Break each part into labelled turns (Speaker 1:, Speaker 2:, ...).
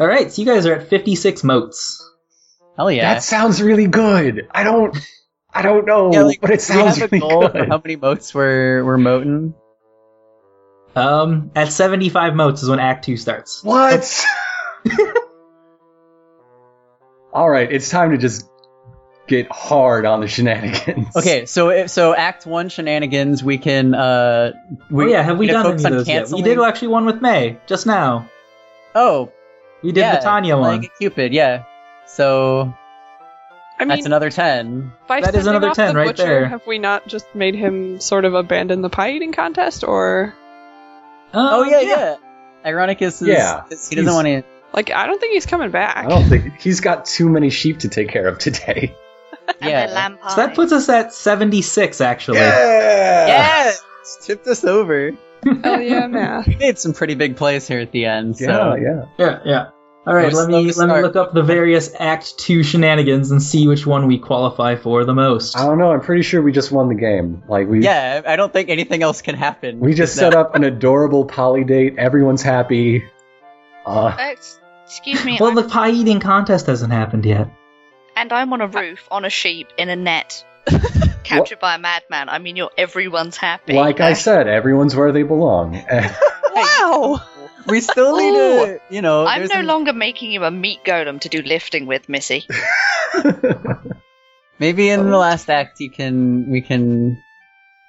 Speaker 1: All right, so you guys are at 56 moats.
Speaker 2: Hell yeah.
Speaker 3: That sounds really good. I don't, I don't know,
Speaker 2: yeah, like,
Speaker 3: but it
Speaker 2: do we
Speaker 3: sounds
Speaker 2: have
Speaker 3: really
Speaker 2: a goal for
Speaker 3: good.
Speaker 2: how many moats we're we're moating?
Speaker 1: Um, at 75 moats is when Act 2 starts.
Speaker 3: What? All right, it's time to just get hard on the shenanigans.
Speaker 2: Okay, so if, so Act One shenanigans, we can. uh
Speaker 1: Oh,
Speaker 2: we,
Speaker 1: yeah, have we
Speaker 2: gonna
Speaker 1: done any
Speaker 2: focus
Speaker 1: of
Speaker 2: on
Speaker 1: those yet? We did
Speaker 2: canceling-
Speaker 1: actually one with May just now.
Speaker 2: Oh,
Speaker 1: We did
Speaker 2: yeah,
Speaker 1: the Tanya
Speaker 2: playing
Speaker 1: one.
Speaker 2: a Cupid, yeah. So
Speaker 4: I
Speaker 2: that's
Speaker 4: mean,
Speaker 2: another ten.
Speaker 4: by
Speaker 1: that is
Speaker 4: sending
Speaker 1: another
Speaker 4: off
Speaker 1: 10
Speaker 4: the
Speaker 1: right
Speaker 4: butcher,
Speaker 1: there.
Speaker 4: Have we not just made him sort of abandon the pie eating contest, or
Speaker 2: Oh
Speaker 1: Um,
Speaker 2: yeah, yeah. Ironic is, is
Speaker 3: Yeah,
Speaker 2: is he doesn't
Speaker 3: he's-
Speaker 2: want to.
Speaker 4: like I don't think he's coming back.
Speaker 3: I
Speaker 1: Oh.
Speaker 3: don't think he's got too many sheep to take care of today.
Speaker 2: Yeah.
Speaker 5: And the lamp
Speaker 1: So that puts us at 76, actually.
Speaker 3: Yeah.
Speaker 2: Yes, tip this over.
Speaker 4: Hell yeah, math.
Speaker 2: We made some pretty big plays here at the end. So.
Speaker 3: Yeah, yeah.
Speaker 1: Yeah, yeah. All right,
Speaker 2: We're
Speaker 1: let
Speaker 2: slow
Speaker 1: me
Speaker 2: to
Speaker 1: let me
Speaker 2: start.
Speaker 1: look up the various Act Two shenanigans and see which one we qualify for the most.
Speaker 3: I don't know. I'm pretty sure we just won the game. Like we
Speaker 2: Yeah, I don't think anything else can happen.
Speaker 3: we just set up an adorable poly date. Everyone's happy. Uh,
Speaker 5: Ex- Excuse me,
Speaker 1: well,
Speaker 5: I'm-
Speaker 1: the pie eating contest hasn't happened yet.
Speaker 5: and I'm on a roof on a sheep in a net, captured by a madman. I mean, you're everyone's happy.
Speaker 3: like I said, everyone's where they belong.
Speaker 2: Wow. We still need to, you know.
Speaker 5: I'm
Speaker 2: there's a-
Speaker 5: no longer making you a meat golem to do lifting with, Missy.
Speaker 2: Maybe in the last act you can we can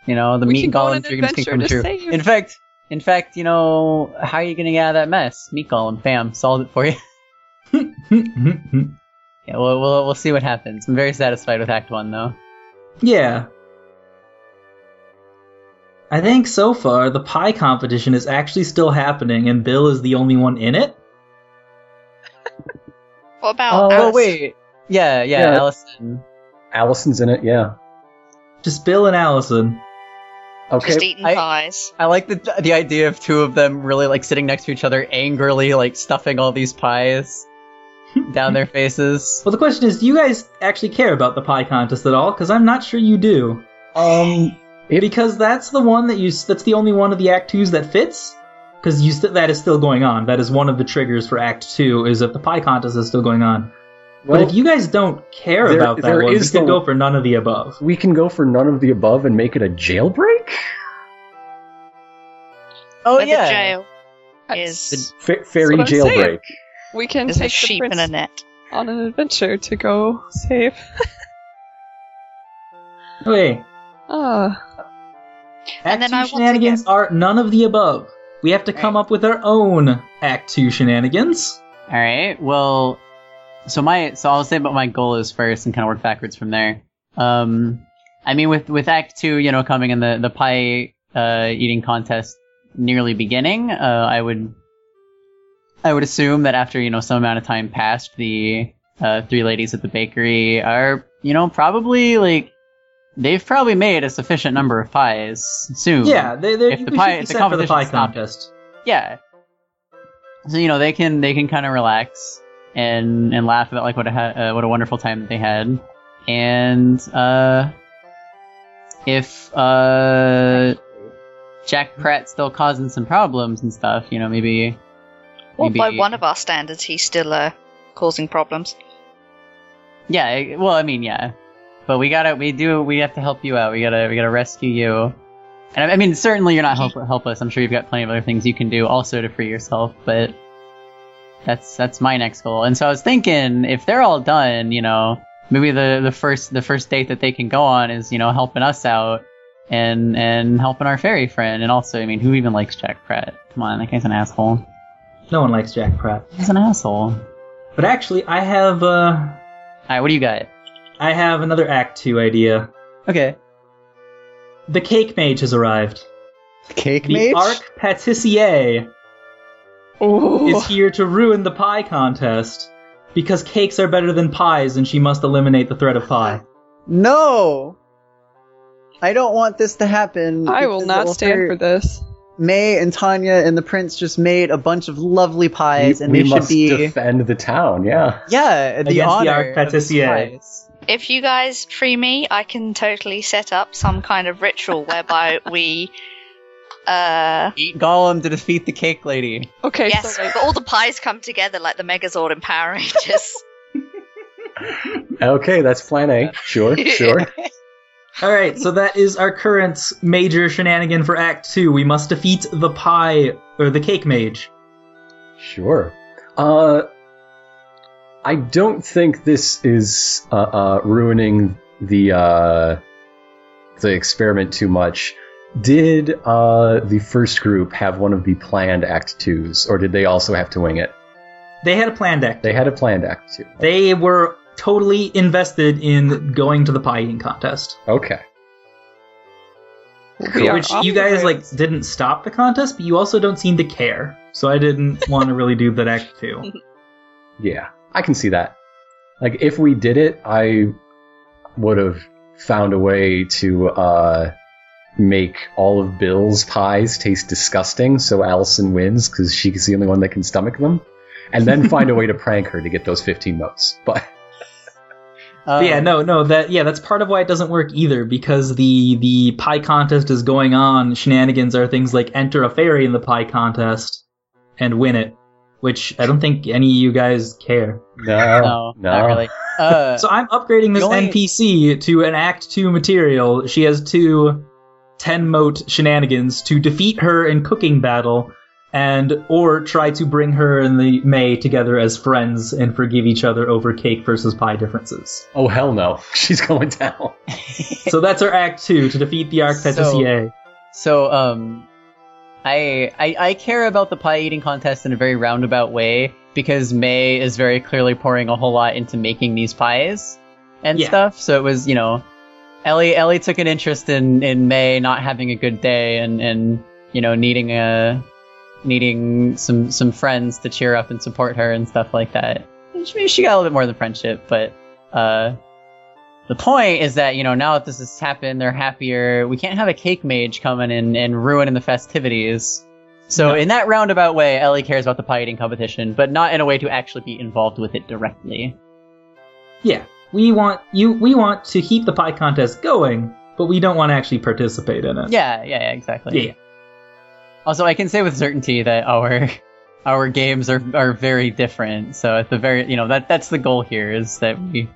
Speaker 2: you know the
Speaker 4: We
Speaker 2: meat
Speaker 4: can
Speaker 2: and
Speaker 4: go on
Speaker 2: golem
Speaker 4: an
Speaker 2: dreams can
Speaker 4: adventure
Speaker 2: come
Speaker 4: to
Speaker 2: true.
Speaker 4: save-
Speaker 2: In fact, in fact, you know how are you gonna get out of that mess? Meat golem, bam, solved it for you. yeah, we'll, we'll we'll see what happens. I'm very satisfied with Act One though.
Speaker 1: yeah. I think so far the pie competition is actually still happening, and Bill is the only one in it.
Speaker 5: What about?
Speaker 3: Oh,
Speaker 2: Oh
Speaker 5: Alice?
Speaker 2: wait, yeah, yeah,
Speaker 3: Yeah.
Speaker 2: Allison.
Speaker 3: Allison's in it. Yeah.
Speaker 1: Just Bill and Allison.
Speaker 3: Okay.
Speaker 5: Just eating
Speaker 2: I-
Speaker 5: pies.
Speaker 2: I like the the idea of two of them really like sitting next to each other, angrily like stuffing all these pies down their faces.
Speaker 1: Well, the question is, do you guys actually care about the pie contest at all? Because I'm not sure you do.
Speaker 3: Um. It-
Speaker 1: because that's the one that you that's the only one of the act 2s that fits because you st- that is still going on that is one of the triggers for act 2 is that the pie contest is still going on
Speaker 3: Well,
Speaker 1: but if you guys don't care
Speaker 3: there-
Speaker 1: about that
Speaker 3: there
Speaker 1: one you
Speaker 3: is
Speaker 1: can
Speaker 3: the-
Speaker 1: go for none of the above
Speaker 3: we can go for none of the above and make it a jailbreak.
Speaker 2: Oh
Speaker 5: Where
Speaker 2: yeah,
Speaker 5: The jail is
Speaker 3: F- fairy
Speaker 4: That's what I'm saying.
Speaker 3: jailbreak.
Speaker 4: We can
Speaker 5: is a
Speaker 4: take the
Speaker 5: sheep
Speaker 4: prince
Speaker 5: in a net.
Speaker 4: on an adventure to go save.
Speaker 1: okay
Speaker 4: Ah,
Speaker 1: act
Speaker 5: And then
Speaker 1: 2
Speaker 5: I want to
Speaker 1: shenanigans are none of the above we have to come
Speaker 5: Right.
Speaker 1: up with our own act 2 shenanigans
Speaker 2: All right. Well, so my so I'll say what my goal is first, and kind of work backwards from there. Um, I mean, with with Act Two, you know, coming in the the pie uh, eating contest nearly beginning, uh, I would I would assume that after you know some amount of time passed, the uh, three ladies at the bakery are you know probably like they've probably made a sufficient number of pies soon.
Speaker 1: yeah they, they,
Speaker 2: If
Speaker 1: we
Speaker 2: the pie-
Speaker 1: should be
Speaker 2: if the
Speaker 1: set for the
Speaker 2: competition
Speaker 1: pie
Speaker 2: is not-
Speaker 1: contest
Speaker 2: yeah so you know they can they can kind of relax and and laugh about like what a ha- uh, what a wonderful time that they had and uh if uh jack pratt's still causing some problems and stuff you know maybe
Speaker 5: Well,
Speaker 2: maybe
Speaker 5: by one of our standards, he's still uh, causing problems.
Speaker 2: yeah I- well i mean yeah but we gotta we do we have to help you out we gotta we gotta rescue you and i, I mean certainly you're not help, helpless i'm sure you've got plenty of other things you can do also to free yourself but that's that's my next goal and so i was thinking if they're all done you know maybe the the first the first date that they can go on is you know helping us out and and helping our fairy friend and also i mean who even likes jack pratt come on that guy's an asshole
Speaker 1: no one likes jack pratt
Speaker 2: he's an asshole all
Speaker 1: but actually i have uh
Speaker 2: right what do you got
Speaker 1: i have another act 2 idea
Speaker 2: okay
Speaker 1: the cake mage has arrived
Speaker 2: cake
Speaker 1: The Arc Patissier
Speaker 4: ooh,
Speaker 1: is here to ruin the pie contest because cakes are better than pies and she must eliminate the threat of pie.
Speaker 2: No! I don't want this to happen.
Speaker 4: I will
Speaker 2: because
Speaker 4: not
Speaker 2: it
Speaker 4: stand
Speaker 2: hurt.
Speaker 4: for this.
Speaker 2: May and Tanya and the prince just made a bunch of lovely pies,
Speaker 3: we
Speaker 2: and
Speaker 3: we
Speaker 2: they should
Speaker 3: must
Speaker 2: be
Speaker 3: defend the town. Yeah.
Speaker 2: yeah the
Speaker 1: Against the
Speaker 2: honor
Speaker 1: Arc
Speaker 2: of these
Speaker 1: Patissier.
Speaker 2: pies.
Speaker 5: If you guys free me, I can totally set up some kind of ritual whereby we Uh,
Speaker 2: Eat Gollum to defeat the cake lady.
Speaker 4: Okay,
Speaker 5: yes,
Speaker 4: so like,
Speaker 5: but all the pies come together like the Megazord in Power Rangers.
Speaker 3: Okay, that's plan A. Sure, sure.
Speaker 1: All right, so that is our current major shenanigan for Act Two. We must defeat the pie or the cake mage.
Speaker 3: Sure. Uh, I don't think this is uh, uh, ruining the uh, the experiment too much. Did uh, the first group have one of the planned Act Twos, or did they also have to wing it?
Speaker 1: They had a planned act.
Speaker 3: They had a planned Act Two.
Speaker 1: They were totally invested in going to the pie eating contest,
Speaker 3: Okay.
Speaker 4: we are
Speaker 1: which
Speaker 4: off
Speaker 1: you
Speaker 4: the
Speaker 1: guys like
Speaker 4: rails.
Speaker 1: didn't stop the contest, but you also don't seem to care. So I didn't want to really do that Act Two.
Speaker 3: Yeah, I can see that. Like, if we did it, I would have found a way to uh, make all of Bill's pies taste disgusting so Allison wins because she's the only one that can stomach them, and then find a way to prank her to get those 15 votes. But
Speaker 2: Uh,
Speaker 1: But yeah, no, no, that yeah, that's part of why it doesn't work either because the the pie contest is going on. Shenanigans are things like enter a fairy in the pie contest and win it, which I don't think any of you guys care.
Speaker 3: no,
Speaker 2: no, not really. Uh,
Speaker 1: So I'm upgrading this
Speaker 2: The only-
Speaker 1: NPC to an Act 2 material. She has two 10 moat shenanigans to defeat her in cooking battle and or try to bring her and the May together as friends and forgive each other over cake versus pie differences.
Speaker 3: Oh hell no, she's going down.
Speaker 1: so that's our Act 2 to defeat the E Arctetacier.
Speaker 2: So, um, I, I I care about the pie eating contest in a very roundabout way because May is very clearly pouring a whole lot into making these pies and
Speaker 1: Yeah.
Speaker 2: stuff. So it was, you know, Ellie Ellie took an interest in in May not having a good day and and you know needing a needing some some friends to cheer up and support her and stuff like that. And she, she got a little bit more than friendship, but uh the point is that you know now that this has happened, they're happier. We can't have a cake mage coming in and ruining the festivities. So in that roundabout way, Ellie cares about the pie eating competition, but not in a way to actually be involved with it directly.
Speaker 1: Yeah. We want you we want to keep the pie contest going, but we don't want to actually participate in it.
Speaker 2: Yeah, yeah, yeah exactly.
Speaker 1: Yeah.
Speaker 2: Also, I can say with certainty that our our games are are very different. So at the very you know that that's the goal here is that we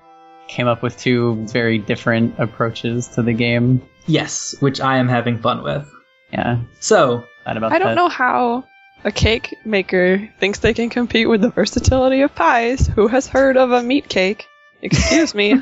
Speaker 2: came up with two very different approaches to the game.
Speaker 1: Yes, which I am having fun with.
Speaker 2: Yeah,
Speaker 1: So,
Speaker 2: glad about
Speaker 4: I don't
Speaker 2: that.
Speaker 4: know how a cake maker thinks they can compete with the versatility of pies. Who has heard of a meat cake? Excuse me.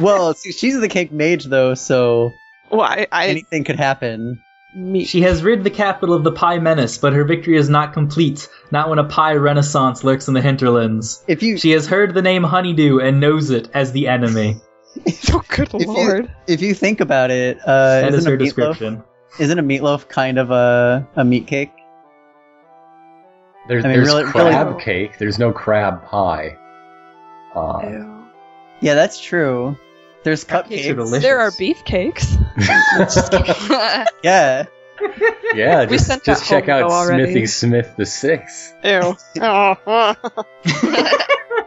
Speaker 2: well, see, she's the cake mage though, so
Speaker 4: Why I
Speaker 2: anything could happen.
Speaker 4: meat?
Speaker 1: She has rid the capital of the pie menace, but her victory is not complete, not when a pie renaissance lurks in the hinterlands.
Speaker 2: If you
Speaker 1: She has heard the name Honeydew and knows it as the enemy.
Speaker 4: oh, good
Speaker 2: you-
Speaker 4: lord!
Speaker 2: if you think about it, uh,
Speaker 1: That
Speaker 2: isn't
Speaker 1: is her
Speaker 2: a meatloaf-
Speaker 1: description.
Speaker 2: Isn't a meatloaf kind of a a meat cake?
Speaker 3: There's,
Speaker 2: I mean,
Speaker 3: there's
Speaker 2: really- really-
Speaker 3: crab cake. There's no crab pie. Uh,
Speaker 4: Ew.
Speaker 2: Yeah, that's true. There's
Speaker 1: Cupcakes are
Speaker 2: cupcakes.
Speaker 1: delicious.
Speaker 4: There are beef cakes.
Speaker 2: yeah,
Speaker 3: yeah,
Speaker 4: We
Speaker 3: just,
Speaker 4: sent
Speaker 3: just
Speaker 4: that
Speaker 3: check
Speaker 4: home,
Speaker 3: out
Speaker 4: though, already.
Speaker 3: Smithy Smith the Sixth.
Speaker 4: Ew.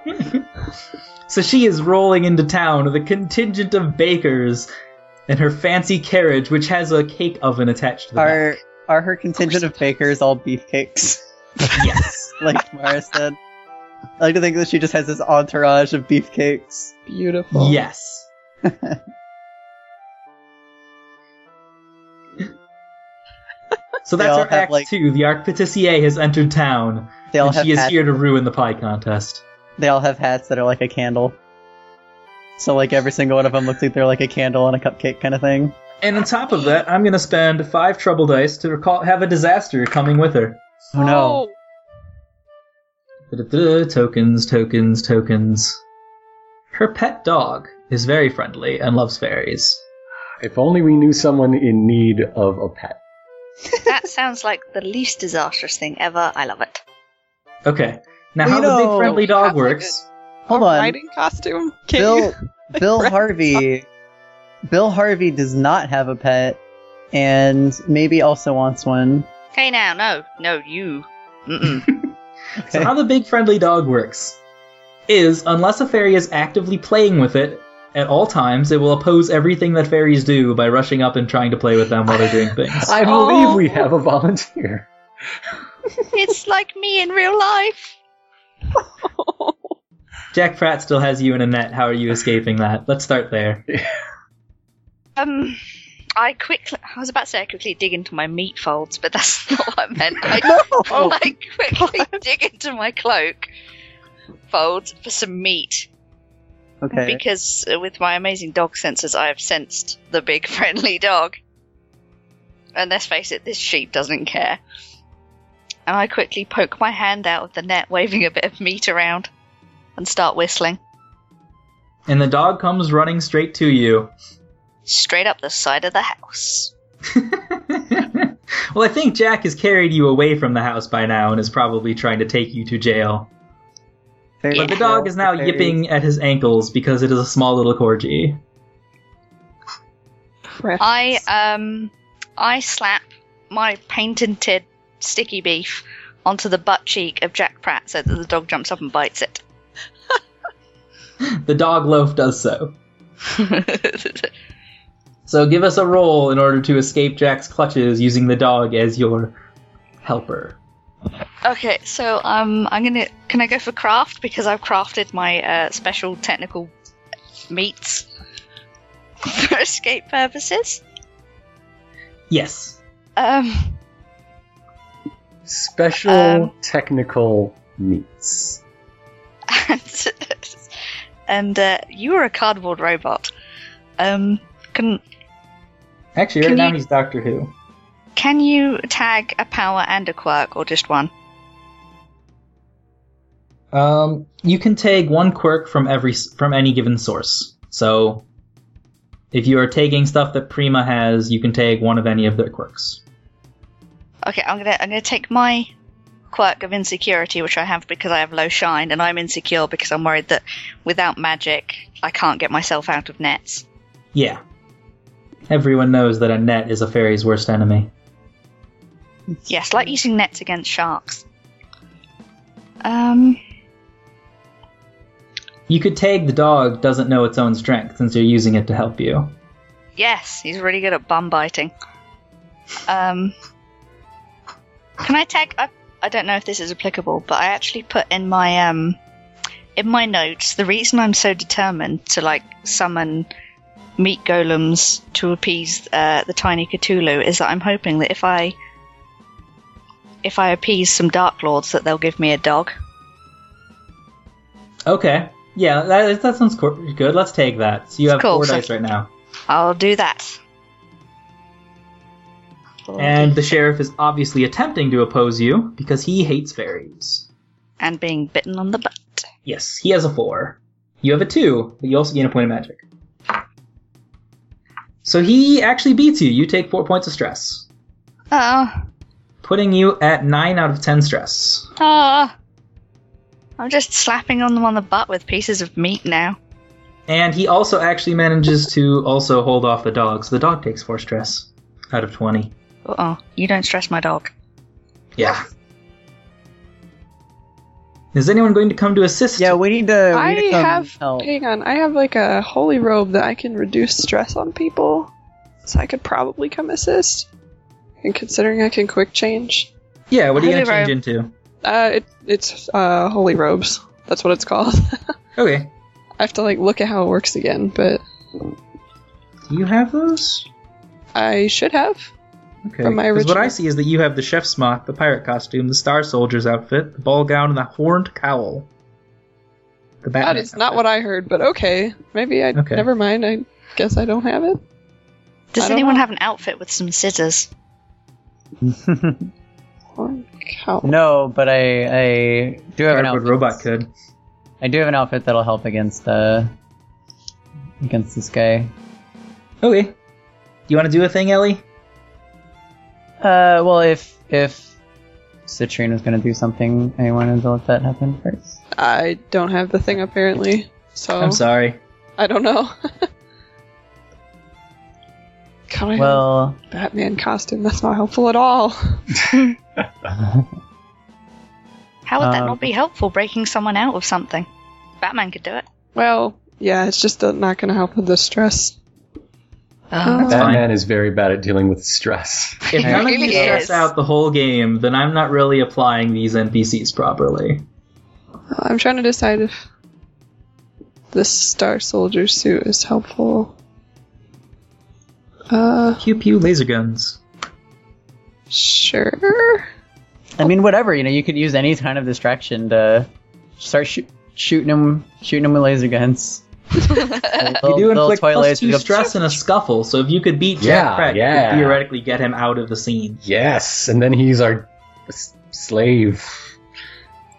Speaker 4: Oh.
Speaker 1: So she is rolling into town with a contingent of bakers and her fancy carriage, which has a cake oven attached to the back.
Speaker 2: are are her contingent of bakers all beefcakes?
Speaker 1: Yes.
Speaker 2: like Mara said. I like to think that she just has this entourage of beefcakes.
Speaker 4: Beautiful.
Speaker 1: yes. so
Speaker 2: They
Speaker 1: that's
Speaker 2: all
Speaker 1: our
Speaker 2: have,
Speaker 1: act
Speaker 2: like-
Speaker 1: two. The Arctpetissier has entered town.
Speaker 2: They all
Speaker 1: and
Speaker 2: have
Speaker 1: she is
Speaker 2: hats.
Speaker 1: here to ruin the pie contest.
Speaker 2: They all have hats that are like a candle. So like every single one of them looks like they're like a candle on a cupcake kind of thing.
Speaker 1: And on top of that, I'm going to spend five trouble dice to recall have a disaster coming with her.
Speaker 2: Oh no.
Speaker 1: Da-da-da, tokens, tokens, tokens. Her pet dog is very friendly and loves fairies.
Speaker 3: If only we knew someone in need of a pet.
Speaker 5: that sounds like the least disastrous thing ever. I love it.
Speaker 1: Okay. Now,
Speaker 2: Well,
Speaker 1: how
Speaker 2: you
Speaker 1: the big
Speaker 2: know-
Speaker 1: friendly
Speaker 4: That's
Speaker 1: dog
Speaker 4: a good-
Speaker 1: works.
Speaker 2: Hold on.
Speaker 4: Riding costume. Can you?
Speaker 2: Bill Bill
Speaker 4: Right.
Speaker 2: Harvey Bill Harvey does not have a pet and maybe also wants one.
Speaker 5: Hey now, no, no, you. Mm-mm.
Speaker 1: So, how the big friendly dog works is unless a fairy is actively playing with it, at all times. It will oppose everything that fairies do by rushing up and trying to play with them while they're doing things.
Speaker 2: Oh.
Speaker 3: I believe we have a volunteer.
Speaker 5: it's like me in real life.
Speaker 1: Jack Pratt still has you in a net. How are you escaping that? Let's start there.
Speaker 5: Um, I quickly. I was about to say I quickly dig into my meat folds, but that's not what I meant. I, I quickly dig into my cloak folds for some meat
Speaker 2: Okay.
Speaker 5: because uh, with my amazing dog senses, I have sensed the big friendly dog. And let's face it, this sheep doesn't care. And I quickly poke my hand out of the net, waving a bit of meat around, and start whistling
Speaker 1: And the dog comes running straight to you.
Speaker 5: straight up the side of the house.
Speaker 1: well, I think Jack has carried you away from the house by now and is probably trying to take you to jail.
Speaker 2: Fairy
Speaker 1: But the
Speaker 2: tale,
Speaker 1: dog is now
Speaker 2: fairy-
Speaker 1: yipping at his ankles because it is a small little corgi.
Speaker 4: Crap.
Speaker 5: I um, I slap my patented sticky beef onto the butt cheek of Jack Pratt so that the dog jumps up and bites it.
Speaker 1: The dog loaf does so. So give us a roll in order to escape Jack's clutches using the dog as your helper.
Speaker 5: Okay, so um, I'm gonna. Can I go for craft because I've crafted my uh, special technical meats for escape purposes.
Speaker 1: Yes.
Speaker 5: Um,
Speaker 3: Special
Speaker 5: Um.
Speaker 3: technical meats.
Speaker 5: and and uh, you are a cardboard robot. Um, can
Speaker 1: Actually, right
Speaker 5: Can
Speaker 1: now
Speaker 5: you-
Speaker 1: he's Doctor Who.
Speaker 5: can you tag a power and a quirk or just one?
Speaker 1: Um, you can take one quirk from every from any given source. So, if you are taking stuff that Prima has, you can take one of any of their quirks.
Speaker 5: Okay, I'm gonna I'm gonna take my quirk of insecurity, which I have because I have low shine, and I'm insecure because I'm worried that without magic I can't get myself out of nets.
Speaker 1: Yeah. Everyone knows that a net is a fairy's worst enemy.
Speaker 5: Yes, like using nets against sharks. Um,
Speaker 1: You could take the dog doesn't know its own strength since you're using it to help you.
Speaker 5: yes, he's really good at bum biting. Um, can I tag? I, I don't know if this is applicable, but I actually put in my um, in my notes the reason I'm so determined to like summon meat golems to appease uh, the tiny Cthulhu is that I'm hoping that if I if I appease some dark lords, that they'll give me a dog.
Speaker 1: Okay. Yeah, that, that sounds cor- good. Let's take that. So you have
Speaker 5: Cool,
Speaker 1: four
Speaker 5: so-
Speaker 1: dice right now.
Speaker 5: I'll do that. Oh,
Speaker 1: And the sheriff is obviously attempting to oppose you because he hates fairies.
Speaker 5: and being bitten on the butt.
Speaker 1: Yes, he has a four. You have a two, but you also gain a point of magic. So he actually beats you. You take four points of stress,
Speaker 5: Oh,
Speaker 1: putting you at nine out of ten stress.
Speaker 5: oh. I'm just slapping on them on the butt with pieces of meat now.
Speaker 1: And he also actually manages to also hold off the dog, so the dog takes four stress out of twenty.
Speaker 5: Uh oh, you don't stress my dog.
Speaker 1: Yeah. Is anyone going to come to assist?
Speaker 2: Yeah, we need to.
Speaker 4: I
Speaker 2: we need to come
Speaker 4: have.
Speaker 2: help.
Speaker 4: Hang on, I have like a holy robe that I can reduce stress on people, so I could probably come assist. And considering I can quick change,
Speaker 1: Yeah, what are you
Speaker 5: Holy
Speaker 1: going to change
Speaker 5: robe.
Speaker 1: into?
Speaker 4: uh, it, it's uh, holy robes. That's what it's called.
Speaker 1: Okay.
Speaker 4: I have to like look at how it works again, but
Speaker 1: Do you have those?
Speaker 4: I should have.
Speaker 1: Okay.
Speaker 4: From my
Speaker 1: 'cause what
Speaker 4: original-
Speaker 1: I see is that you have the chef's smock, the pirate costume, the star soldier's outfit, the ball gown, and the horned cowl. The Batman.
Speaker 4: That is not what I heard, but okay. Maybe I.
Speaker 1: Okay.
Speaker 4: Never mind. I guess I don't have it. I
Speaker 5: Does
Speaker 4: don't
Speaker 5: anyone
Speaker 4: know.
Speaker 5: have an outfit with some scissors?
Speaker 4: Horn cow.
Speaker 2: no, but I I do have an outfit.
Speaker 1: robot could.
Speaker 2: I do have an outfit that'll help against uh against this guy.
Speaker 1: Okay. You want to do a thing, Ellie?
Speaker 2: Uh, well, if if Citrine was gonna do something, I wanted to let that happen first.
Speaker 4: I don't have the thing apparently, so
Speaker 1: I'm sorry.
Speaker 4: I don't know. God, I well,
Speaker 2: Well,
Speaker 4: Batman costume. That's not helpful at all.
Speaker 5: How would that
Speaker 2: Um,
Speaker 5: not be helpful, breaking someone out of something? Batman could do it.
Speaker 4: Well, Yeah, it's just not going to help with the stress. Uh,
Speaker 5: Oh,
Speaker 3: That
Speaker 1: fine.
Speaker 3: man is very bad at dealing with stress.
Speaker 1: If
Speaker 2: It
Speaker 1: none of you
Speaker 5: really
Speaker 1: stress
Speaker 5: is.
Speaker 1: out the whole game, then I'm not really applying these NPCs properly.
Speaker 4: I'm trying to decide if this Star Soldier suit is helpful. Uh,
Speaker 1: Pew pew laser guns.
Speaker 4: sure.
Speaker 2: I mean, whatever. You know, you could use any kind of distraction to start shoo- shooting them, shooting them with laser guns.
Speaker 1: You do inflict plus two stress in a scuffle, so if you could beat Jack
Speaker 3: Yeah,
Speaker 1: Crack, you
Speaker 3: yeah.
Speaker 1: could theoretically get him out of the scene.
Speaker 3: Yes, and then he's our s- slave.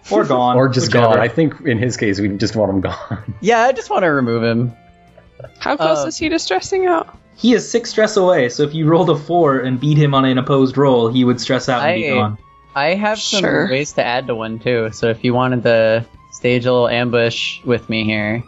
Speaker 1: Or gone.
Speaker 3: Or just
Speaker 1: whichever.
Speaker 3: gone. I think in his case, we just want him gone.
Speaker 2: Yeah, I just want to remove him.
Speaker 4: How close
Speaker 2: Uh,
Speaker 4: is he to stressing out?
Speaker 1: He is six stress away, so if you rolled a four and beat him on an opposed roll, he would stress out and be
Speaker 2: I-
Speaker 1: gone.
Speaker 2: I have some
Speaker 4: Sure.
Speaker 2: ways to add to one too. So if you wanted to stage a little ambush with me here,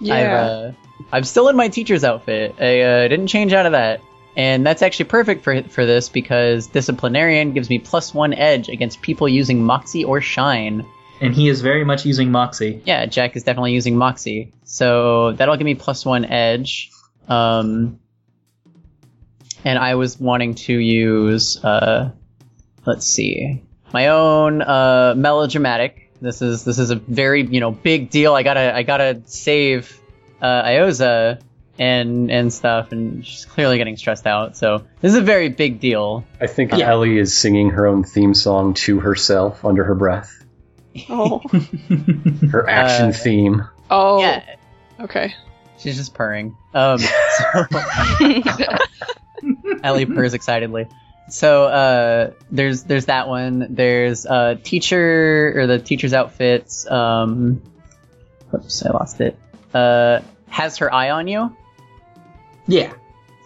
Speaker 2: I've,
Speaker 4: Yeah.
Speaker 2: uh, I'm still in my teacher's outfit. I uh, didn't change out of that, and that's actually perfect for for this because disciplinarian gives me plus one edge against people using moxie or shine.
Speaker 1: And he is very much using Moxie.
Speaker 2: Yeah, Jack is definitely using moxie, so that'll give me plus one edge. Um, and I was wanting to use uh, let's see, my own uh, melodramatic. This is this is a very you know big deal. I gotta I gotta save uh, Iosa and and stuff, and she's clearly getting stressed out. So this is a very big deal.
Speaker 3: I think
Speaker 1: Yeah.
Speaker 3: Ellie is singing her own theme song to herself under her breath.
Speaker 4: oh.
Speaker 3: Her action
Speaker 2: Uh,
Speaker 3: theme.
Speaker 4: Oh.
Speaker 2: Yeah,
Speaker 4: Okay.
Speaker 2: she's just purring. Um, so- Ellie purrs excitedly. So uh, there's there's that one. There's uh, teacher or the teacher's outfits. Um, oops, I lost it. Uh, has her eye on you,
Speaker 1: Yeah.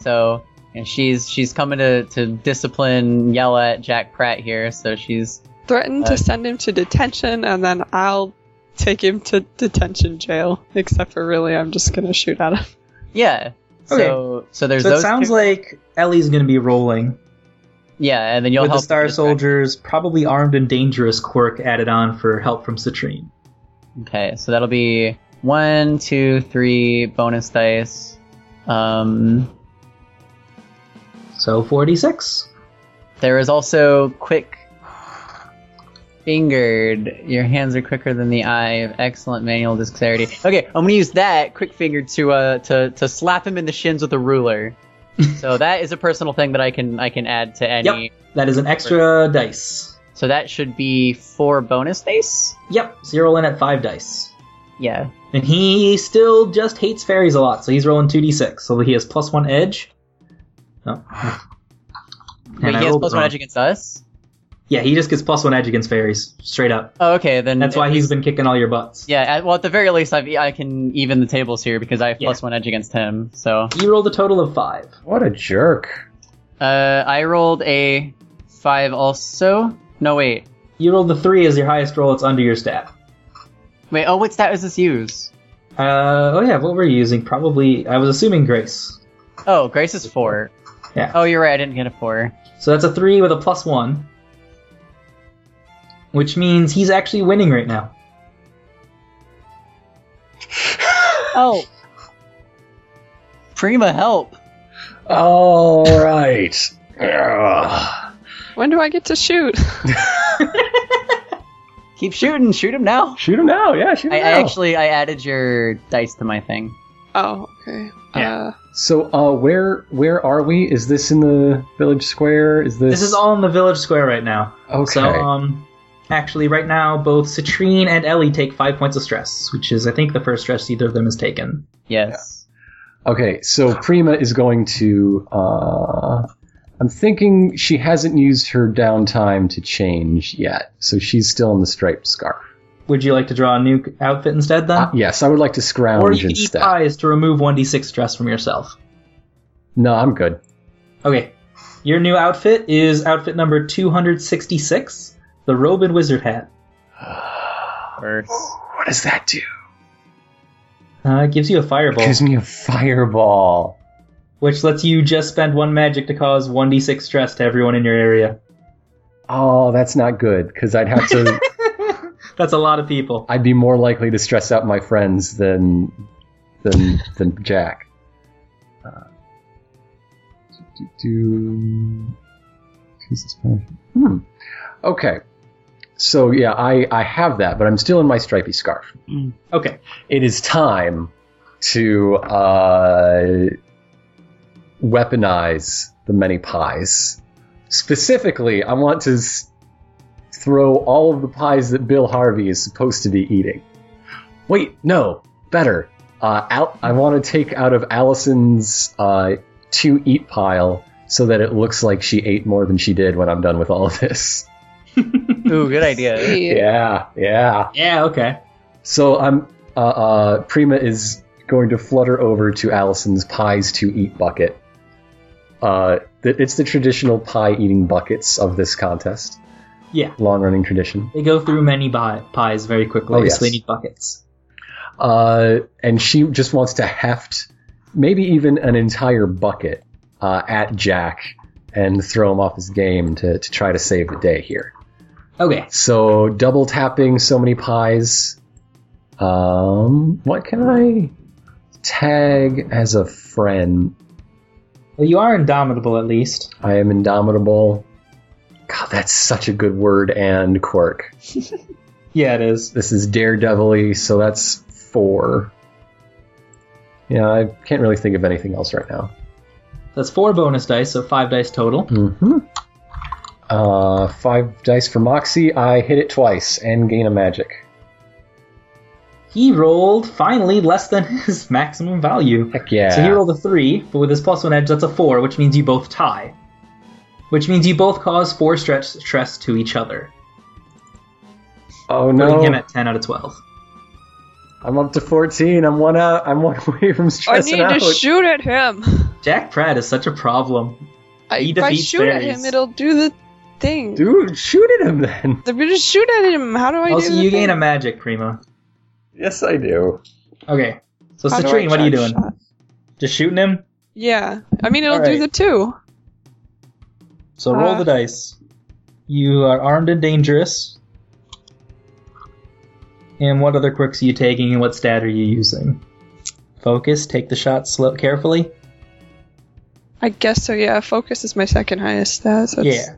Speaker 2: so and she's she's coming to to discipline, yell at Jack Pratt here. So she's
Speaker 4: Threaten
Speaker 2: uh,
Speaker 4: to send him to detention, and then I'll take him to detention jail. Except for really, I'm just going to shoot at him.
Speaker 2: yeah. So so there's
Speaker 1: So it
Speaker 2: those.
Speaker 1: sounds
Speaker 2: two-
Speaker 1: like Ellie's going to be rolling
Speaker 2: yeah, and then you'll
Speaker 1: with the
Speaker 2: help
Speaker 1: Star
Speaker 2: with the-
Speaker 1: Soldier's probably armed and dangerous quirk added on for help from Citrine.
Speaker 2: Okay, so that'll be one, two, three bonus dice. Um,
Speaker 1: So 46.
Speaker 2: There is also quick fingered. Your hands are quicker than the eye. Excellent manual dexterity. Okay, I'm gonna use that quick finger to uh to to slap him in the shins with a ruler. so that is a personal thing that I can I can add to any.
Speaker 1: That is an extra dice.
Speaker 2: So that should be four bonus dice.
Speaker 1: Yep, so you're rolling at five dice.
Speaker 2: Yeah.
Speaker 1: And he still just hates fairies a lot, so he's rolling 2d6. So he has plus one edge. No. And
Speaker 2: Wait,
Speaker 1: I
Speaker 2: he has
Speaker 1: rolled
Speaker 2: plus
Speaker 1: it
Speaker 2: one
Speaker 1: wrong.
Speaker 2: edge against us.
Speaker 1: Yeah, he just gets plus one edge against fairies, straight up.
Speaker 2: Oh, okay. Then
Speaker 1: That's why he's been kicking all your butts.
Speaker 2: Yeah. at- Well, at the very least, I've, e, I can even the tables here because I have plus one edge against him. So.
Speaker 1: You rolled a total of five.
Speaker 3: What a jerk.
Speaker 2: Uh, I rolled a five also. No, wait.
Speaker 1: You rolled the three as your highest roll. It's under your stat.
Speaker 2: Wait, oh, what stat does this use?
Speaker 1: Uh, oh yeah, what were you using? Probably, I was assuming grace.
Speaker 2: Oh, Grace is four.
Speaker 1: Yeah.
Speaker 2: Oh, you're right, I didn't get a four.
Speaker 1: So that's a three with a plus one, which means he's actually winning right now.
Speaker 2: Oh. Prima, help.
Speaker 3: All right. Ugh.
Speaker 4: When do I get to shoot?
Speaker 2: Keep shooting, shoot him now.
Speaker 3: shoot him now. Yeah, shoot him
Speaker 2: I, I
Speaker 3: now.
Speaker 2: actually, I added your dice to my thing.
Speaker 4: Oh, okay.
Speaker 1: Yeah.
Speaker 4: Uh,
Speaker 3: So, uh, where where are we? Is this in the village square? Is this?
Speaker 1: This is all in the village square right now.
Speaker 3: Okay.
Speaker 1: So, um, actually, right now, both Citrine and Ellie take five points of stress, which is, I think, the first stress either of them has taken.
Speaker 2: Yes.
Speaker 3: Okay, so Prima is going to. Uh, I'm thinking she hasn't used her downtime to change yet, so she's still in the striped scarf.
Speaker 1: Would you like to draw a new outfit instead, then?
Speaker 3: Uh, yes, I would like to
Speaker 1: Uh-huh. or E you
Speaker 3: scrounge
Speaker 1: can eat
Speaker 3: instead.
Speaker 1: pies to remove 1d6 stress from yourself.
Speaker 3: No, I'm good.
Speaker 1: Okay. Your new outfit is outfit number 266, the robe and wizard hat.
Speaker 2: First.
Speaker 3: What does that do?
Speaker 1: Uh, it gives you a fireball,
Speaker 3: Gives me a fireball.
Speaker 1: which lets you just spend one magic to cause 1d6 stress to everyone in your area.
Speaker 3: Oh, that's not good because I'd have to.
Speaker 1: That's a lot of people.
Speaker 3: I'd be more likely to stress out my friends than than than Jack. Uh, do, do, do, hmm. Okay. So yeah, I I have that, but I'm still in my stripy scarf.
Speaker 1: Okay.
Speaker 3: It is time to uh, weaponize the many pies. Specifically, I want to s- throw all of the pies that Bill Harvey is supposed to be eating. Wait, no, better. Uh, Al- I want to take out of Allison's uh, to eat pile so that it looks like she ate more than she did when I'm done with all of this.
Speaker 2: Ooh, good idea.
Speaker 4: Yeah.
Speaker 3: Yeah, yeah.
Speaker 1: Yeah, okay.
Speaker 3: So I'm uh, uh, Prima is going to flutter over to Allison's pies to eat bucket. Uh, th- it's the traditional pie eating buckets of this contest.
Speaker 1: Yeah.
Speaker 3: long running tradition.
Speaker 1: They go through many bi- pies very quickly,
Speaker 3: Oh, yes.
Speaker 1: so they need buckets.
Speaker 3: Uh, and she just wants to heft maybe even an entire bucket uh, at Jack and throw him off his game to, to try to save the day here.
Speaker 1: Okay.
Speaker 3: So double tapping so many pies. Um, what can I tag as a friend?
Speaker 1: Well, you are indomitable at least.
Speaker 3: I am indomitable. God, that's such a good word and quirk.
Speaker 1: Yeah, it is.
Speaker 3: This is daredevil so that's four. Yeah, I can't really think of anything else right now.
Speaker 1: That's four bonus dice, so five dice total.
Speaker 3: Mm-hmm. Uh, five dice for Moxie. I hit it twice and gain a magic.
Speaker 1: He rolled finally less than his maximum value.
Speaker 3: Heck yeah.
Speaker 1: So he rolled a three, but with his plus one edge, that's a four, which means you both tie. Which means you both cause four stretch stress to each other,
Speaker 3: oh
Speaker 1: putting
Speaker 3: no!
Speaker 1: him at ten out of twelve.
Speaker 3: I'm up to fourteen. I'm one out. I'm one away from
Speaker 4: I
Speaker 3: stressing
Speaker 4: need to
Speaker 3: out.
Speaker 4: shoot at him.
Speaker 1: Jack Pratt is such a problem.
Speaker 4: I,
Speaker 1: He
Speaker 4: if I
Speaker 1: defeats
Speaker 4: shoot at
Speaker 1: fairies.
Speaker 4: him, it'll do the thing.
Speaker 3: Dude, shoot at him then.
Speaker 4: Then we just shoot at him. How do I
Speaker 1: also,
Speaker 4: do the
Speaker 1: you
Speaker 4: thing?
Speaker 1: gain a magic, Prima.
Speaker 3: Yes, I do.
Speaker 1: Okay. So
Speaker 4: How do I
Speaker 1: Citrine, what are you
Speaker 4: charge
Speaker 1: doing?
Speaker 4: shot?
Speaker 1: Just shooting him.
Speaker 4: Yeah. I mean, it'll
Speaker 1: All right.
Speaker 4: do the two.
Speaker 1: So roll
Speaker 4: Uh.
Speaker 1: the dice. You are armed and dangerous. And what other quirks are you taking, and what stat are you using? Focus. Take the shot slow, carefully.
Speaker 4: I guess so, yeah. Focus is my second highest stat. So it's-
Speaker 1: Yeah.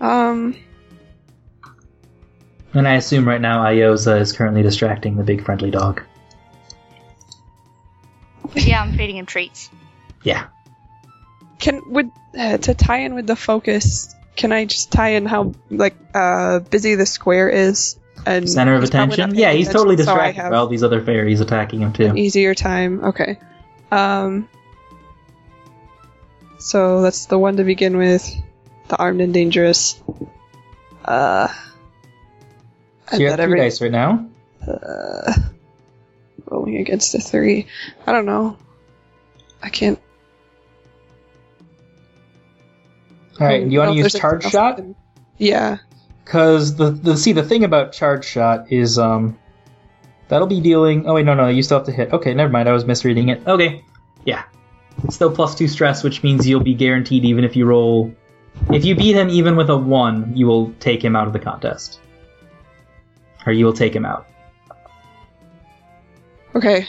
Speaker 4: Um,
Speaker 1: And I assume right now Ioza is currently distracting the big friendly dog.
Speaker 5: Oh, Yeah, I'm feeding him treats.
Speaker 1: Yeah.
Speaker 4: can, would, uh, to tie in with the focus, can I just tie in how, like, uh, busy the square is? And
Speaker 1: Center of
Speaker 4: Mm, he's probably not
Speaker 1: attention.
Speaker 4: paying
Speaker 1: Yeah, he's totally
Speaker 4: attention, so I
Speaker 1: distracted
Speaker 4: have-
Speaker 1: by all these other fairies attacking him too.
Speaker 4: easier time. Okay. Um. So that's the one to begin with. The armed and dangerous. Uh.
Speaker 1: So you have two dice right now.
Speaker 4: Uh, rolling against a three. I don't know. I can't.
Speaker 1: All right. Do you want
Speaker 4: No,
Speaker 1: to use
Speaker 4: Mm, there's
Speaker 1: charge
Speaker 4: something else I
Speaker 1: shot?
Speaker 4: can- Yeah.
Speaker 1: Because the, the see the thing about charge shot is um that'll be dealing oh wait no no you still have to hit okay never mind I was misreading it okay yeah still plus two stress which means you'll be guaranteed even if you roll if you beat him even with a one you will take him out of the contest or you will take him out
Speaker 4: Okay.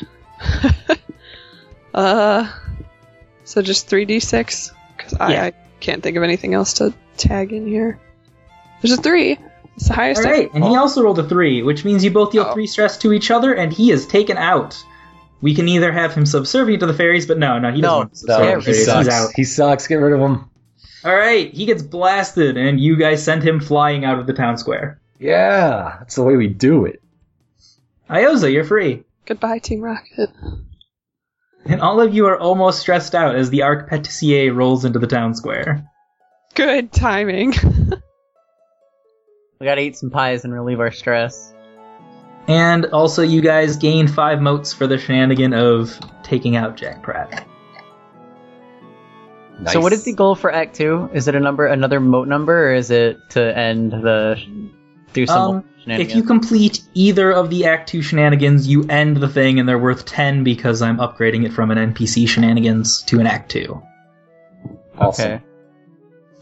Speaker 4: uh. So just three d six because I,
Speaker 1: Yeah.
Speaker 4: I can't think of anything else to tag in here. There's a three. It's the highest.
Speaker 1: all
Speaker 4: I-
Speaker 1: right and he also rolled a three which means you both deal
Speaker 4: Oh.
Speaker 1: three stress to each other and he is taken out we can either have him subservient to the fairies but no no he
Speaker 2: No,
Speaker 1: doesn't want to be subservient to
Speaker 2: no,
Speaker 3: he
Speaker 1: the fairies.
Speaker 3: sucks.
Speaker 1: he's out
Speaker 3: He sucks. Get rid of him.
Speaker 1: All right, he gets blasted, and you guys send him flying out of the town square.
Speaker 3: Yeah, that's the way we do it.
Speaker 1: Ioza, you're free,
Speaker 4: Goodbye, Team Rocket.
Speaker 1: and all of you are almost stressed out as the Arc Pâtissier rolls into the town square.
Speaker 4: Good timing.
Speaker 2: We gotta eat some pies and relieve our stress.
Speaker 1: And also, you guys gain five motes for the shenanigan of taking out Jack Pratt.
Speaker 3: Nice.
Speaker 2: So, what is the goal for Act Two? Is it a number, another moat number, or is it to end the do some
Speaker 1: Um,
Speaker 2: shenanigans?
Speaker 1: If you complete either of the Act 2 shenanigans, you end the thing, and they're worth 10 because I'm upgrading it from an NPC shenanigans to an Act 2.
Speaker 3: Awesome.
Speaker 2: Okay.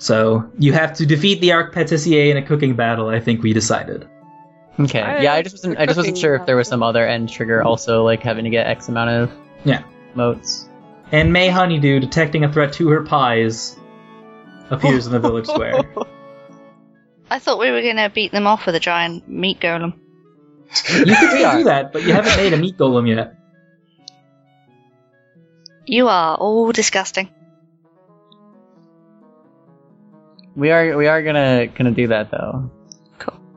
Speaker 1: So, you have to defeat the Arc Pâtissier in a cooking battle, I think we decided.
Speaker 2: Okay.
Speaker 4: I-
Speaker 2: yeah, I just wasn't. I just wasn't
Speaker 4: cooking
Speaker 2: sure if there was
Speaker 4: process.
Speaker 2: some other end trigger also like having to get X amount of
Speaker 1: Yeah.
Speaker 2: motes.
Speaker 1: And May Honeydew, detecting a threat to her pies, appears in the village square.
Speaker 5: I thought we were gonna beat them off with a giant meat golem.
Speaker 1: You could
Speaker 2: We are.
Speaker 1: do that, but you haven't made a meat golem yet.
Speaker 5: You are all disgusting.
Speaker 2: We are we are gonna gonna do that though.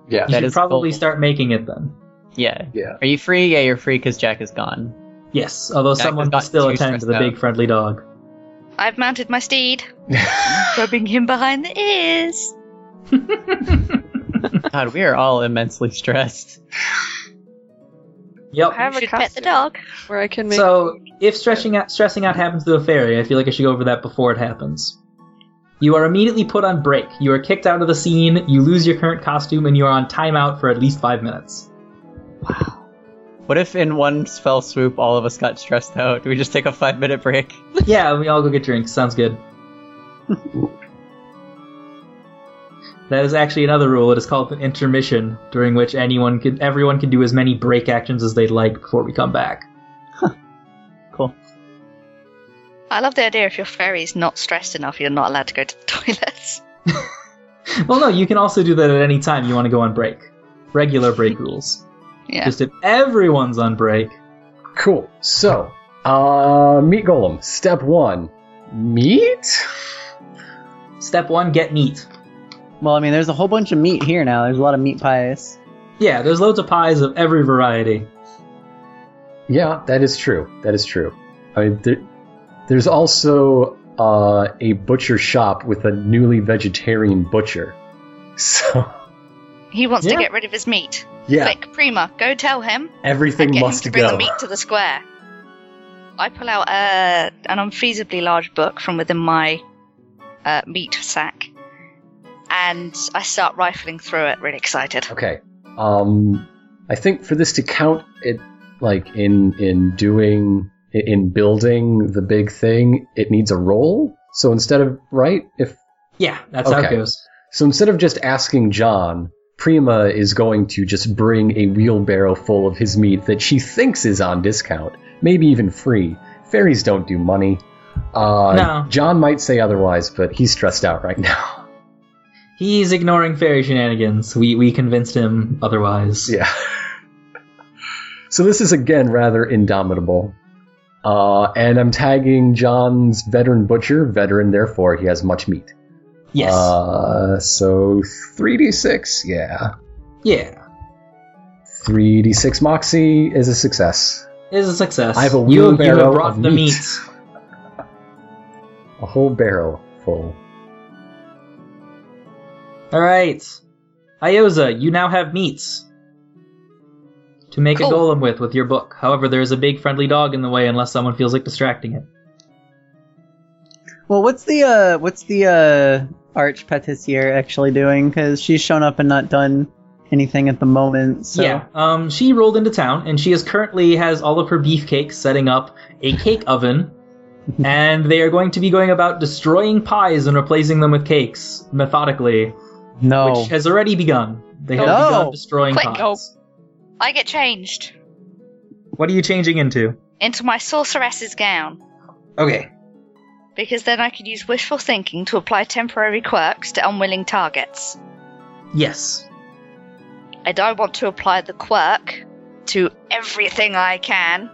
Speaker 3: Yeah.
Speaker 1: You
Speaker 2: That
Speaker 1: should
Speaker 2: is
Speaker 1: probably
Speaker 2: cool.
Speaker 1: start making it then.
Speaker 2: Yeah.
Speaker 3: Yeah.
Speaker 2: Are you free? Yeah, you're free because Jack is gone.
Speaker 1: Yes, although
Speaker 2: Jack
Speaker 1: someone
Speaker 2: has
Speaker 1: can
Speaker 2: gotten
Speaker 1: still
Speaker 2: too
Speaker 1: attend to the
Speaker 2: stressed
Speaker 1: big
Speaker 2: out.
Speaker 1: friendly dog.
Speaker 5: I've mounted my steed, rubbing him behind the ears.
Speaker 2: God, we are all immensely stressed.
Speaker 1: Yep.
Speaker 4: I have
Speaker 5: Oh, You
Speaker 4: a
Speaker 5: should pet the
Speaker 4: costume.
Speaker 5: dog.
Speaker 4: where I can make.
Speaker 1: So, if stretching out, stressing out happens to a fairy, I feel like I should go over that before it happens. You are immediately put on break. You are kicked out of the scene. You lose your current costume, and you are on timeout for at least five minutes.
Speaker 2: What if in one fell swoop all of us got stressed out? Do we just take a five minute break?
Speaker 1: yeah, we all go get drinks. Sounds good. that is actually another rule. It is called an intermission, during which anyone can, everyone can do as many break actions as they'd like before we come back.
Speaker 2: Cool.
Speaker 5: I love the idea if your fairy's not stressed enough, you're not allowed to go to the toilets.
Speaker 1: Well, no, you can also do that at any time you want to go on break. Regular break rules.
Speaker 5: Yeah.
Speaker 1: Just if everyone's on break,
Speaker 3: Cool. So, uh, meat golem. Step one. Meat.
Speaker 1: Step one, get meat.
Speaker 2: Well, I mean, there's a whole bunch of meat here now. There's a lot of meat pies.
Speaker 1: Yeah, there's loads of pies of every variety.
Speaker 3: Yeah, that is true. That is true. I mean, there, there's also uh, a butcher shop with a newly vegetarian butcher. So,
Speaker 5: He wants
Speaker 1: Yeah.
Speaker 5: to get rid of his meat.
Speaker 3: yeah,
Speaker 5: Quick, Prima, go tell him.
Speaker 3: everything
Speaker 5: and get him
Speaker 3: must
Speaker 5: to bring the
Speaker 3: go.
Speaker 5: meat to the square. I pull out uh, an unfeasibly large book from within my uh, meat sack, and I start rifling through it, really excited.
Speaker 3: Okay. Um, I think for this to count, it like in in doing in building the big thing, it needs a roll. So instead of right, if
Speaker 1: Yeah, that's how it
Speaker 3: Okay.
Speaker 1: goes.
Speaker 3: So instead of just asking John, Prima is going to just bring a wheelbarrow full of his meat that she thinks is on discount, maybe even free. Fairies don't do money. Uh,
Speaker 1: No.
Speaker 3: John might say otherwise, but he's stressed out right now.
Speaker 1: He's ignoring fairy shenanigans. We we convinced him otherwise.
Speaker 3: yeah. so this is again rather indomitable. Uh, and I'm tagging John's veteran butcher, veteran, therefore he has much meat.
Speaker 1: Yes.
Speaker 3: Uh, so 3d6, yeah.
Speaker 1: yeah.
Speaker 3: 3d6 Moxie is a success.
Speaker 1: Is a success.
Speaker 3: I have a
Speaker 1: You- You,
Speaker 3: wheelbarrow
Speaker 1: have brought
Speaker 3: of
Speaker 1: the
Speaker 3: meat.
Speaker 1: meat.
Speaker 3: A whole barrel full.
Speaker 1: All right, Ioza, you now have meats to make a
Speaker 5: Cool.
Speaker 1: golem with with your book. However, there is a big friendly dog in the way unless someone feels like distracting it.
Speaker 2: Well, what's the uh, what's the uh, arch patissier actually doing? Because she's shown up and not done anything at the moment. So.
Speaker 1: Yeah. Um, she rolled into town, and she is currently has all of her beefcakes setting up a cake oven, and they are going to be going about destroying pies and replacing them with cakes methodically,
Speaker 2: No.
Speaker 1: which has already begun. They have
Speaker 2: Oh. No.
Speaker 1: begun destroying
Speaker 5: Quick,
Speaker 1: pies.
Speaker 4: go.
Speaker 5: I get changed
Speaker 1: What are you changing into?
Speaker 5: into my sorceress's gown
Speaker 1: Okay.
Speaker 5: because then I could use wishful thinking to apply temporary quirks to unwilling targets.
Speaker 1: Yes.
Speaker 5: And I want to apply the quirk to everything I can.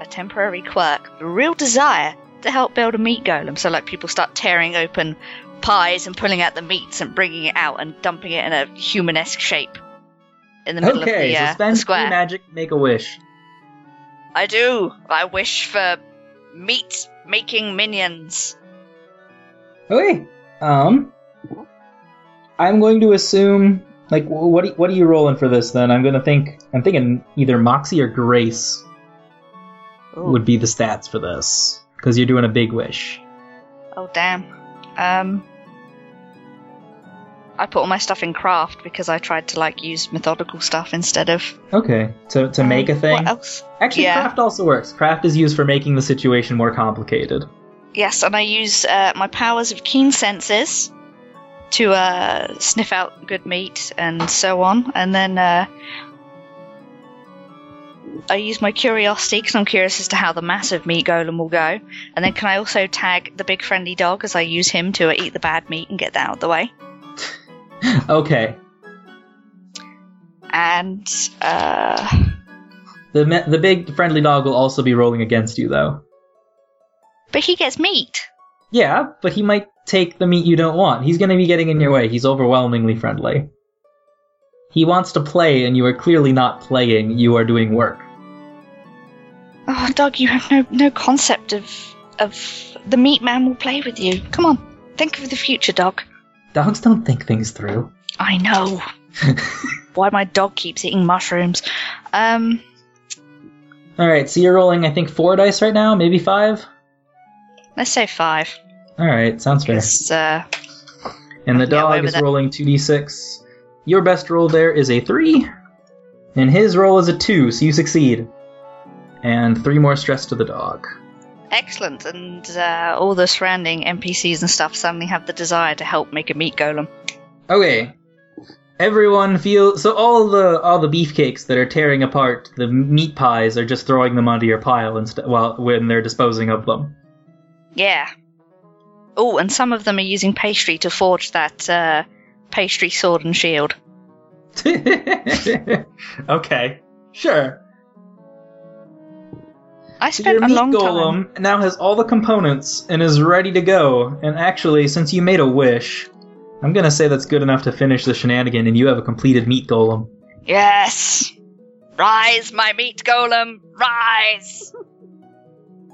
Speaker 5: A temporary quirk, a real desire to help build a meat golem. So, like, people start tearing open pies and pulling out the meats and bringing it out and dumping it in a humanesque shape in the middle
Speaker 1: okay.
Speaker 5: of the, uh,
Speaker 1: suspend
Speaker 5: the square.
Speaker 1: free magic. Make a wish.
Speaker 5: I do. I wish for meat making minions.
Speaker 1: Okay. Um, I'm going to assume. Like, wh- what are, what are you rolling for this then? I'm gonna think. I'm thinking either Moxie or Grace would be the stats for this because you're doing a big wish.
Speaker 5: Oh damn. Um I put all my stuff in craft because I tried to like use methodical stuff instead of
Speaker 1: Okay, to to make a thing.
Speaker 5: What else?
Speaker 1: Actually,
Speaker 5: Um, yeah.
Speaker 1: craft also works. Craft is used for making the situation more complicated.
Speaker 5: Yes, and I use uh, my powers of keen senses to uh, sniff out good meat and so on, and then uh, I use my curiosity because I'm curious as to how the massive meat golem will go, and then can I also tag the big friendly dog as I use him to eat the bad meat and get that out of the way?
Speaker 1: Okay.
Speaker 5: And uh,
Speaker 1: The me- the big friendly dog will also be rolling against you though.
Speaker 5: but he gets meat.
Speaker 1: Yeah, but he might take the meat you don't want. He's going to be getting in your way. He's overwhelmingly friendly. He wants to play, and you are clearly not playing. You are doing work.
Speaker 5: Oh, Doug, you have no no concept of of the meat man will play with you. Come on, think of the future, Doug.
Speaker 1: Dogs don't think things through.
Speaker 5: I know. Why my dog keeps eating mushrooms. Um,
Speaker 1: All right, so you're rolling, I think, four dice right now, maybe five.
Speaker 5: let's say five.
Speaker 1: All right, sounds fair.
Speaker 5: 'cause, uh,
Speaker 1: And the
Speaker 5: Yeah, why
Speaker 1: dog
Speaker 5: would
Speaker 1: is
Speaker 5: that-
Speaker 1: rolling 2d6. Your best roll there is a 3, and his roll is a 2, so you succeed. And 3 more stress to the dog.
Speaker 5: excellent, and uh, all the surrounding NPCs and stuff suddenly have the desire to help make a meat golem.
Speaker 1: Okay. Everyone feels so all the all the beefcakes that are tearing apart the meat pies are just throwing them onto your pile instead while when they're disposing of them.
Speaker 5: Yeah. Oh, and some of them are using pastry to forge that uh, pastry sword and shield.
Speaker 1: okay. Sure.
Speaker 5: I
Speaker 1: So
Speaker 5: spent
Speaker 1: your
Speaker 5: a
Speaker 1: meat
Speaker 5: long time.
Speaker 1: golem now has all the components and is ready to go. And actually, since you made a wish, I'm gonna say that's good enough to finish the shenanigan, and you have a completed meat golem.
Speaker 5: Yes! Rise, my meat golem! Rise!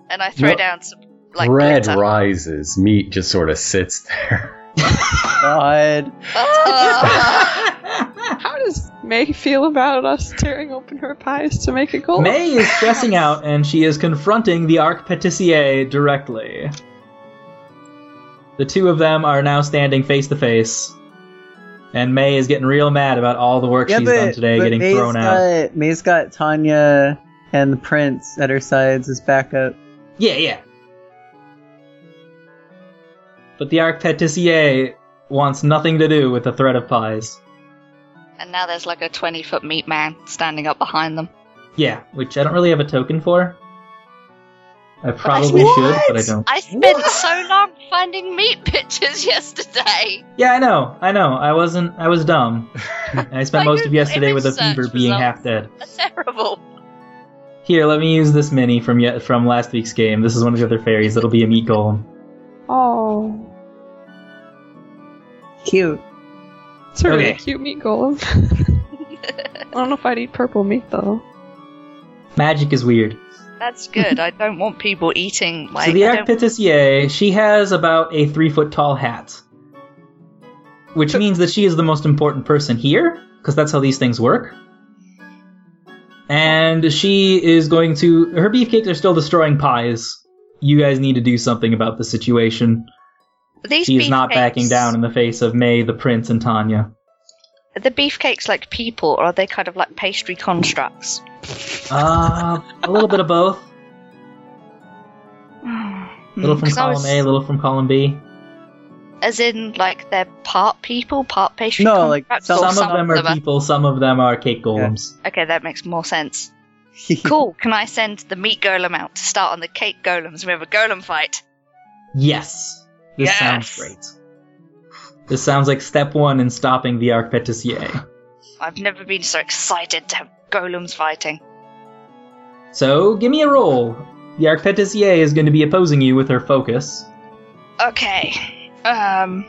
Speaker 5: And I throw
Speaker 3: What?
Speaker 5: down some, like,
Speaker 3: Bread
Speaker 5: glitter.
Speaker 3: rises, meat just sort of sits there.
Speaker 2: God.
Speaker 5: Ah!
Speaker 4: How does May feel about us tearing open her pies to make a goal?
Speaker 1: May is stressing out, and she is confronting the Arc Patissier directly. The two of them are now standing face to face, and May is getting real mad about all the work she's done today getting
Speaker 2: May's
Speaker 1: thrown out.
Speaker 2: got, May's got Tanya and the prince at her sides as backup.
Speaker 1: Yeah, yeah. But the Arc Patissier wants nothing to do with the threat of pies.
Speaker 5: and now there's like a 20 foot meat man standing up behind them.
Speaker 1: Yeah, which I don't really have a token for. I probably
Speaker 5: spent-
Speaker 1: should, but I don't.
Speaker 5: I spent so long finding meat pictures yesterday!
Speaker 1: Yeah, I know. I know. I wasn't. I was dumb. And I spent
Speaker 5: My
Speaker 1: most of
Speaker 5: Google
Speaker 1: yesterday with a
Speaker 5: image
Speaker 1: fever,
Speaker 5: search
Speaker 1: being
Speaker 5: results.
Speaker 1: half dead.
Speaker 5: That's terrible.
Speaker 1: Here, let me use this mini from yet from last week's game. This is one of the other fairies. It'll be a meat golem.
Speaker 4: Oh,
Speaker 2: Cute.
Speaker 4: it's a really
Speaker 1: Okay.
Speaker 4: cute meat golem. I don't know if I'd eat purple meat though.
Speaker 1: Magic is weird.
Speaker 5: That's good. I don't want people eating, like,
Speaker 1: so the
Speaker 5: I
Speaker 1: Arc
Speaker 5: don't-
Speaker 1: Pitissier, she has about a three foot tall hat, which means that she is the most important person here, because that's how these things work. And she is going to. Her beefcakes are still destroying pies. You guys need to do something about the situation.
Speaker 5: These
Speaker 1: She is not
Speaker 5: beefcakes-
Speaker 1: backing down in the face of May, the Prince, and Tanya.
Speaker 5: Are the beefcakes like people, or are they kind of like pastry constructs?
Speaker 1: Uh, a little bit of both. A little from
Speaker 5: Hmm, 'Cause I
Speaker 1: column
Speaker 5: was-
Speaker 1: A, a little from column B.
Speaker 5: As in, like, they're part people, part pastry
Speaker 2: No, like,
Speaker 5: constructs,
Speaker 1: Oh,
Speaker 2: some-
Speaker 5: or
Speaker 1: Some, of them are people, some of them are cake golems.
Speaker 5: Okay, that makes more sense. Cool. Can I send the meat golem out to start on the cake golems? We have a golem fight.
Speaker 1: Yes. This
Speaker 5: Yes.
Speaker 1: sounds great. This sounds like step one in stopping the Arc Petissier.
Speaker 5: I've never been so excited to have golems fighting.
Speaker 1: So, give me a roll. The Arc Petissier is going to be opposing you with her focus,
Speaker 5: Okay. Um.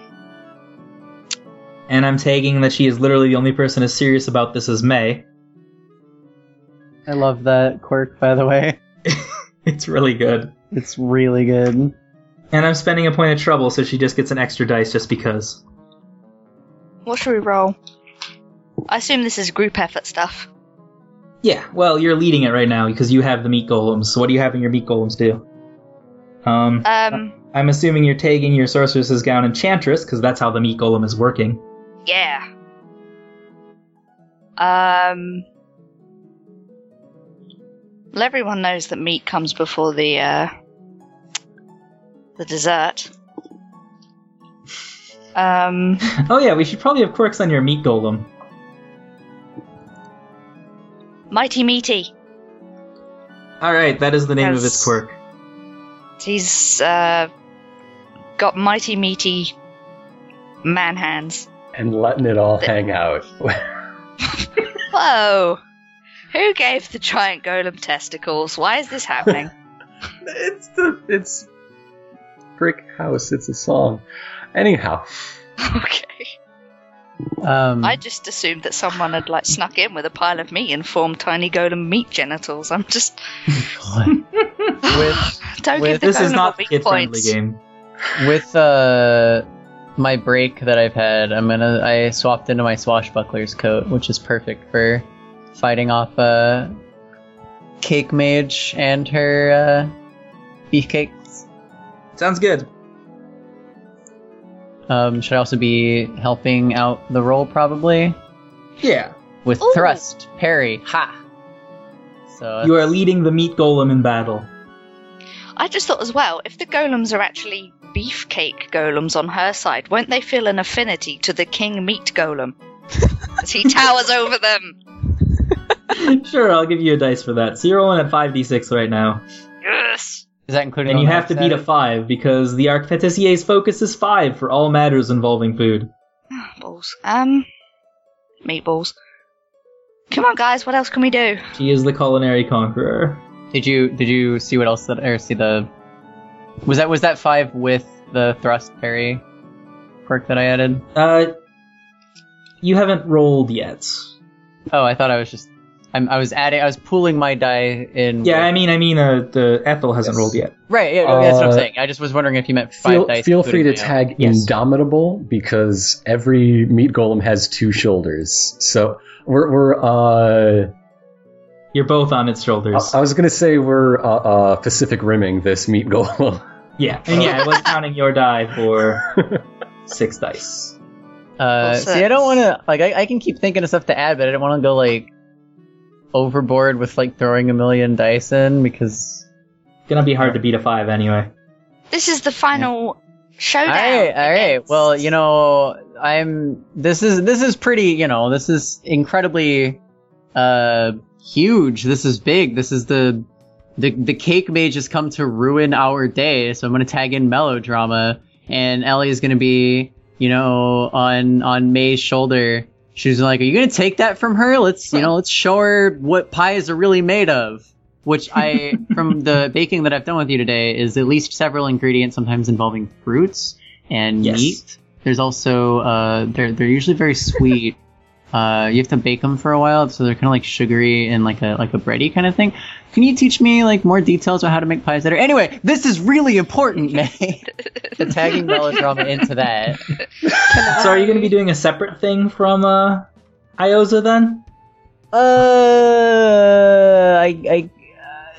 Speaker 1: and I'm taking that she is literally the only person as serious about this as May.
Speaker 2: I love that quirk, by the way.
Speaker 1: It's really good.
Speaker 2: It's really good.
Speaker 1: And I'm spending a point of trouble, so she just gets an extra dice just because.
Speaker 5: What should we roll? I assume this is group effort stuff.
Speaker 1: Yeah, well, you're leading it right now because you have the meat golems. So what are you having your meat golems do? Um,
Speaker 5: Um.
Speaker 1: I'm assuming you're taking your sorceress's gown enchantress because that's how the meat golem is working.
Speaker 5: Yeah. Um. Well, everyone knows that meat comes before the uh, the dessert. Um,
Speaker 1: Oh yeah, we should probably have quirks on your meat golem.
Speaker 5: Mighty Meaty.
Speaker 1: All right, that is the name of its
Speaker 5: Yes.
Speaker 1: quirk.
Speaker 5: He's uh, got Mighty Meaty man hands.
Speaker 3: and letting it all hang out.
Speaker 5: Whoa! Who gave the giant golem testicles? Why is this happening?
Speaker 3: it's the it's brick house. It's a song. Anyhow,
Speaker 5: okay.
Speaker 2: Um,
Speaker 5: I just assumed that someone had like snuck in with a pile of meat and formed tiny golem meat genitals. I'm just
Speaker 2: with
Speaker 5: don't
Speaker 2: Wait,
Speaker 5: give the
Speaker 1: this
Speaker 5: golem
Speaker 1: is
Speaker 5: a
Speaker 1: not a
Speaker 5: weak point.
Speaker 1: kid-friendly game.
Speaker 2: with uh, my break that I've had, I'm gonna I swapped into my swashbuckler's coat, which is perfect for fighting off uh, Cake Mage and her uh, beefcakes.
Speaker 1: Sounds good.
Speaker 2: Um, should also be helping out the roll probably
Speaker 1: Yeah,
Speaker 2: with
Speaker 5: Ooh.
Speaker 2: thrust, parry, ha. So
Speaker 1: you are leading the meat golem in battle.
Speaker 5: I just thought as well, if the golems are actually beefcake golems on her side, won't they feel an affinity to the king meat golem? As he towers over them.
Speaker 1: sure, I'll give you a dice for that. So you're rolling at five d six right now,
Speaker 5: Yes.
Speaker 2: is that included?
Speaker 1: and
Speaker 2: on
Speaker 1: you
Speaker 2: the
Speaker 1: have to beat a
Speaker 2: upset?
Speaker 1: five because the Archpetissier's focus is five for all matters involving food.
Speaker 5: Balls. Um, meatballs. Come on, guys. What else can we do?
Speaker 1: She is the culinary conqueror.
Speaker 2: Did you did you see what else that or see the was that was that five with the thrust parry quirk that I added?
Speaker 1: Uh, you haven't rolled yet.
Speaker 2: Oh, I thought I was just I'm, I was adding I was pooling my die in.
Speaker 1: Yeah, I
Speaker 2: with-
Speaker 1: mean, I mean, uh, the Ethel hasn't
Speaker 3: Yes.
Speaker 1: rolled yet.
Speaker 2: right. Yeah, that's what I'm
Speaker 3: Uh,
Speaker 2: saying. I just was wondering if you meant five
Speaker 3: feel,
Speaker 2: dice.
Speaker 3: feel free to
Speaker 2: including my own.
Speaker 3: tag
Speaker 1: Yes.
Speaker 3: indomitable because every meat golem has two shoulders. So we're we're uh,
Speaker 1: You're both on its shoulders.
Speaker 3: I, I was gonna say we're uh, uh, Pacific rimming this meat golem.
Speaker 1: yeah, and yeah, I was counting your die for six dice.
Speaker 2: Uh,
Speaker 5: Well,
Speaker 2: see, I don't want
Speaker 5: six.
Speaker 2: to like I, I can keep thinking of stuff to add, but I don't want to go like overboard with like throwing a million dice in because
Speaker 1: Gonna be hard to beat a five anyway.
Speaker 5: This is the final showdown.
Speaker 2: all right, all right.
Speaker 5: against-
Speaker 2: Well, you know, I'm. This is this is pretty. You know, this is incredibly uh huge. This is big. This is the the the cake mage has come to ruin our day. So I'm gonna tag in melodrama, and Ellie is gonna be, you know, on on May's shoulder. She's like, "Are you gonna take that from her? Let's, you know, let's show her what pies are really made of." Which I, from the baking that I've done with you today, is at least several ingredients, sometimes involving fruits and
Speaker 1: Yes.
Speaker 2: meat. There's also, uh, they're they're usually very sweet. Uh, you have to bake them for a while, so they're kind of like sugary and like a like a bready kind of thing. Can you teach me like more details about how to make pies that are? Anyway, this is really important, May. the tagging melodrama into that.
Speaker 1: So are you gonna be doing a separate thing from uh, Iosa then,
Speaker 2: Uh, I I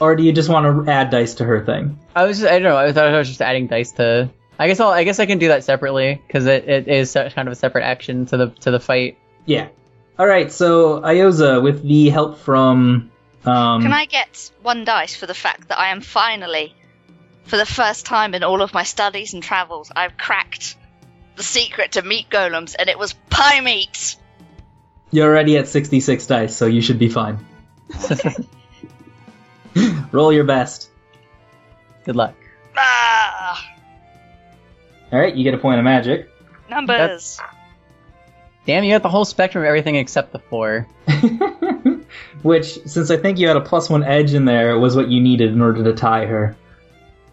Speaker 1: or do you just want to add dice to her thing?
Speaker 2: I was I don't know. I thought I was just adding dice to. I guess I'll, I guess I can do that separately because it, it is such kind of a separate action to the to the fight.
Speaker 1: Yeah. All right. So Iosa, with the help from um,
Speaker 5: Can I get one dice for the fact that I am finally, for the first time in all of my studies and travels, I've cracked the secret to meat golems, and it was pie meat.
Speaker 1: you're already at sixty-six dice, so you should be fine. Roll your best.
Speaker 2: Good luck.
Speaker 5: Ah,
Speaker 1: All right, you get a point of magic.
Speaker 5: numbers.
Speaker 2: Damn, you got the whole spectrum of everything except the four.
Speaker 1: Which, since I think you had a plus one edge in there, was what you needed in order to tie her.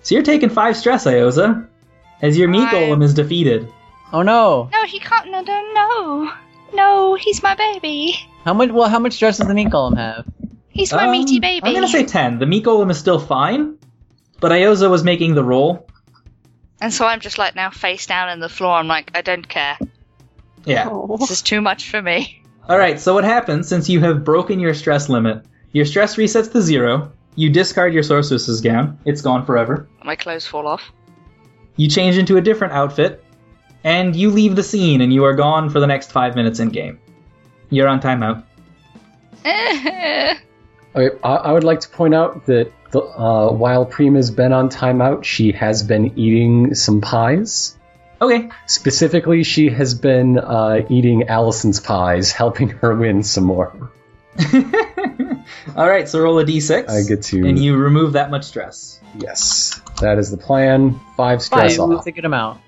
Speaker 1: So you're taking five stress, Iosa, as your meat
Speaker 5: I-
Speaker 1: golem is defeated.
Speaker 2: Oh no!
Speaker 5: No, he can't. No, no, no. No, he's my baby.
Speaker 2: How much? Well, how much stress does the meat golem have?
Speaker 5: He's my
Speaker 1: Um,
Speaker 5: meaty baby.
Speaker 1: I'm gonna say ten. The meat golem is still fine, but Iosa was making the roll.
Speaker 5: and so I'm just like now face down in the floor. I'm like, I don't care.
Speaker 1: Yeah.
Speaker 4: Oh.
Speaker 5: This is too much for me.
Speaker 1: All right. So what happens since you have broken your stress limit? Your stress resets to zero. You discard your sorceress's gown. It's gone forever.
Speaker 5: My clothes fall off.
Speaker 1: You change into a different outfit, and you leave the scene, and you are gone for the next five minutes in game. You're on timeout.
Speaker 5: That's
Speaker 3: Okay, I, I would like to point out that the, uh, while Prima's been on timeout, she has been eating some pies.
Speaker 1: Okay.
Speaker 3: Specifically, she has been uh, eating Allison's pies, helping her win some more.
Speaker 1: All right, so roll a d6.
Speaker 3: I get to-
Speaker 1: And you remove that much stress.
Speaker 3: Yes, that is the plan. Five stress
Speaker 2: Five.
Speaker 3: off.
Speaker 2: That's a good amount.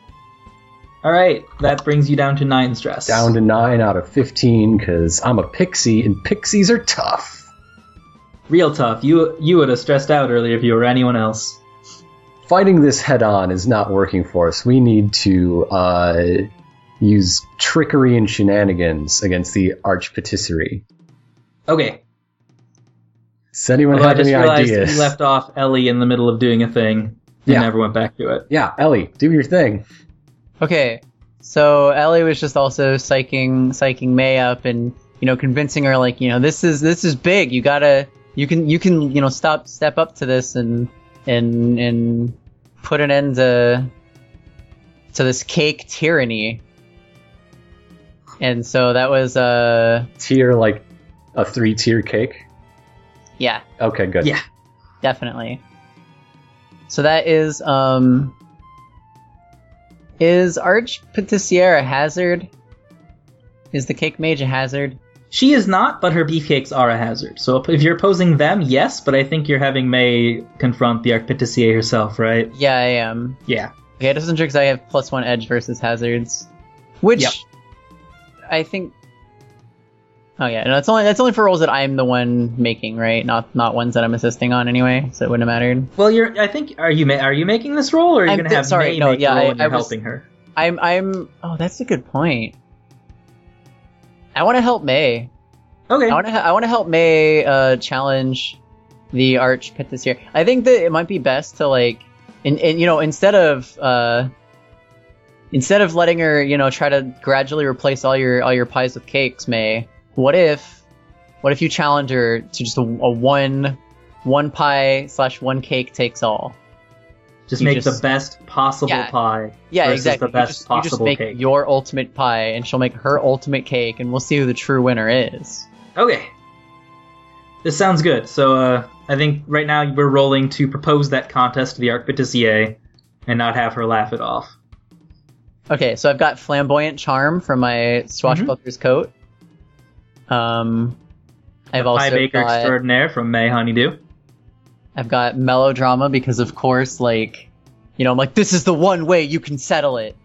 Speaker 1: All right, that brings you down to nine stress.
Speaker 3: Down to nine out of fifteen because I'm a pixie and pixies are tough.
Speaker 1: real tough. You you would have stressed out earlier if you were anyone else.
Speaker 3: Fighting this head on is not working for us. We need to uh, use trickery and shenanigans against the arch patisserie.
Speaker 1: Okay.
Speaker 3: Does anyone
Speaker 1: Although Oh, I
Speaker 3: have
Speaker 1: just
Speaker 3: any
Speaker 1: realized
Speaker 3: ideas?
Speaker 1: you left off Ellie in the middle of doing a thing and
Speaker 3: Yeah.
Speaker 1: never went back to it.
Speaker 3: Yeah, Ellie, do your thing.
Speaker 2: Okay, so Ellie was just also psyching psyching May up and you know convincing her like you know this is this is big. You gotta you can you can you know stop step up to this and and and put an end to to this cake tyranny. And so that was uh
Speaker 3: Tier like a three tier cake.
Speaker 2: yeah
Speaker 3: Okay, good.
Speaker 1: Yeah.
Speaker 2: definitely. So that is um is Arch Patissier a hazard? Is the cake mage a hazard?
Speaker 1: She is not, but her beefcakes are a hazard. So if you're opposing them, yes, but I think you're having May confront the Archpetissier herself, right?
Speaker 2: Yeah, I am.
Speaker 1: Yeah.
Speaker 2: Okay, it doesn't trick 'cause I have plus one edge versus hazards, which
Speaker 1: Yep.
Speaker 2: I think. Oh yeah, no, that's only that's only for roles that I'm the one making, right? Not not ones that I'm assisting on anyway, so it wouldn't have mattered.
Speaker 1: Well, you're. I think are you ma- are you making this roll, or are you
Speaker 2: I'm
Speaker 1: going to
Speaker 2: th-
Speaker 1: have
Speaker 2: sorry,
Speaker 1: May
Speaker 2: no,
Speaker 1: make
Speaker 2: yeah,
Speaker 1: the roll
Speaker 2: I-
Speaker 1: and you're
Speaker 2: I was-
Speaker 1: helping her?
Speaker 2: I'm I'm. Oh, that's a good point. I want to help May.
Speaker 1: Okay.
Speaker 2: I want to. I want to help May uh, challenge the arch pit this year. I think that it might be best to like, and and you know, instead of uh, instead of letting her, you know, try to gradually replace all your all your pies with cakes, May. What if, what if you challenge her to just a, a one, one pie slash one cake takes all?
Speaker 1: just
Speaker 2: you
Speaker 1: make the
Speaker 2: just-
Speaker 1: best possible
Speaker 2: Yeah.
Speaker 1: pie.
Speaker 2: Yeah,
Speaker 1: versus
Speaker 2: exactly.
Speaker 1: The best
Speaker 2: you just, you just
Speaker 1: possible
Speaker 2: make
Speaker 1: cake.
Speaker 2: your ultimate pie, and she'll make her ultimate cake, and we'll see who the true winner is.
Speaker 1: Okay. This sounds good. So uh, I think right now we're rolling to propose that contest to the Archpetissier and not have her laugh it off.
Speaker 2: Okay, so I've got flamboyant charm from my swashbuckler's
Speaker 1: Mm-hmm.
Speaker 2: coat. Um, I've
Speaker 1: Pie
Speaker 2: also
Speaker 1: Baker
Speaker 2: got
Speaker 1: Extraordinaire from May Honeydew.
Speaker 2: I've got melodrama because of course, like you know, I'm like this is the one way you can settle it.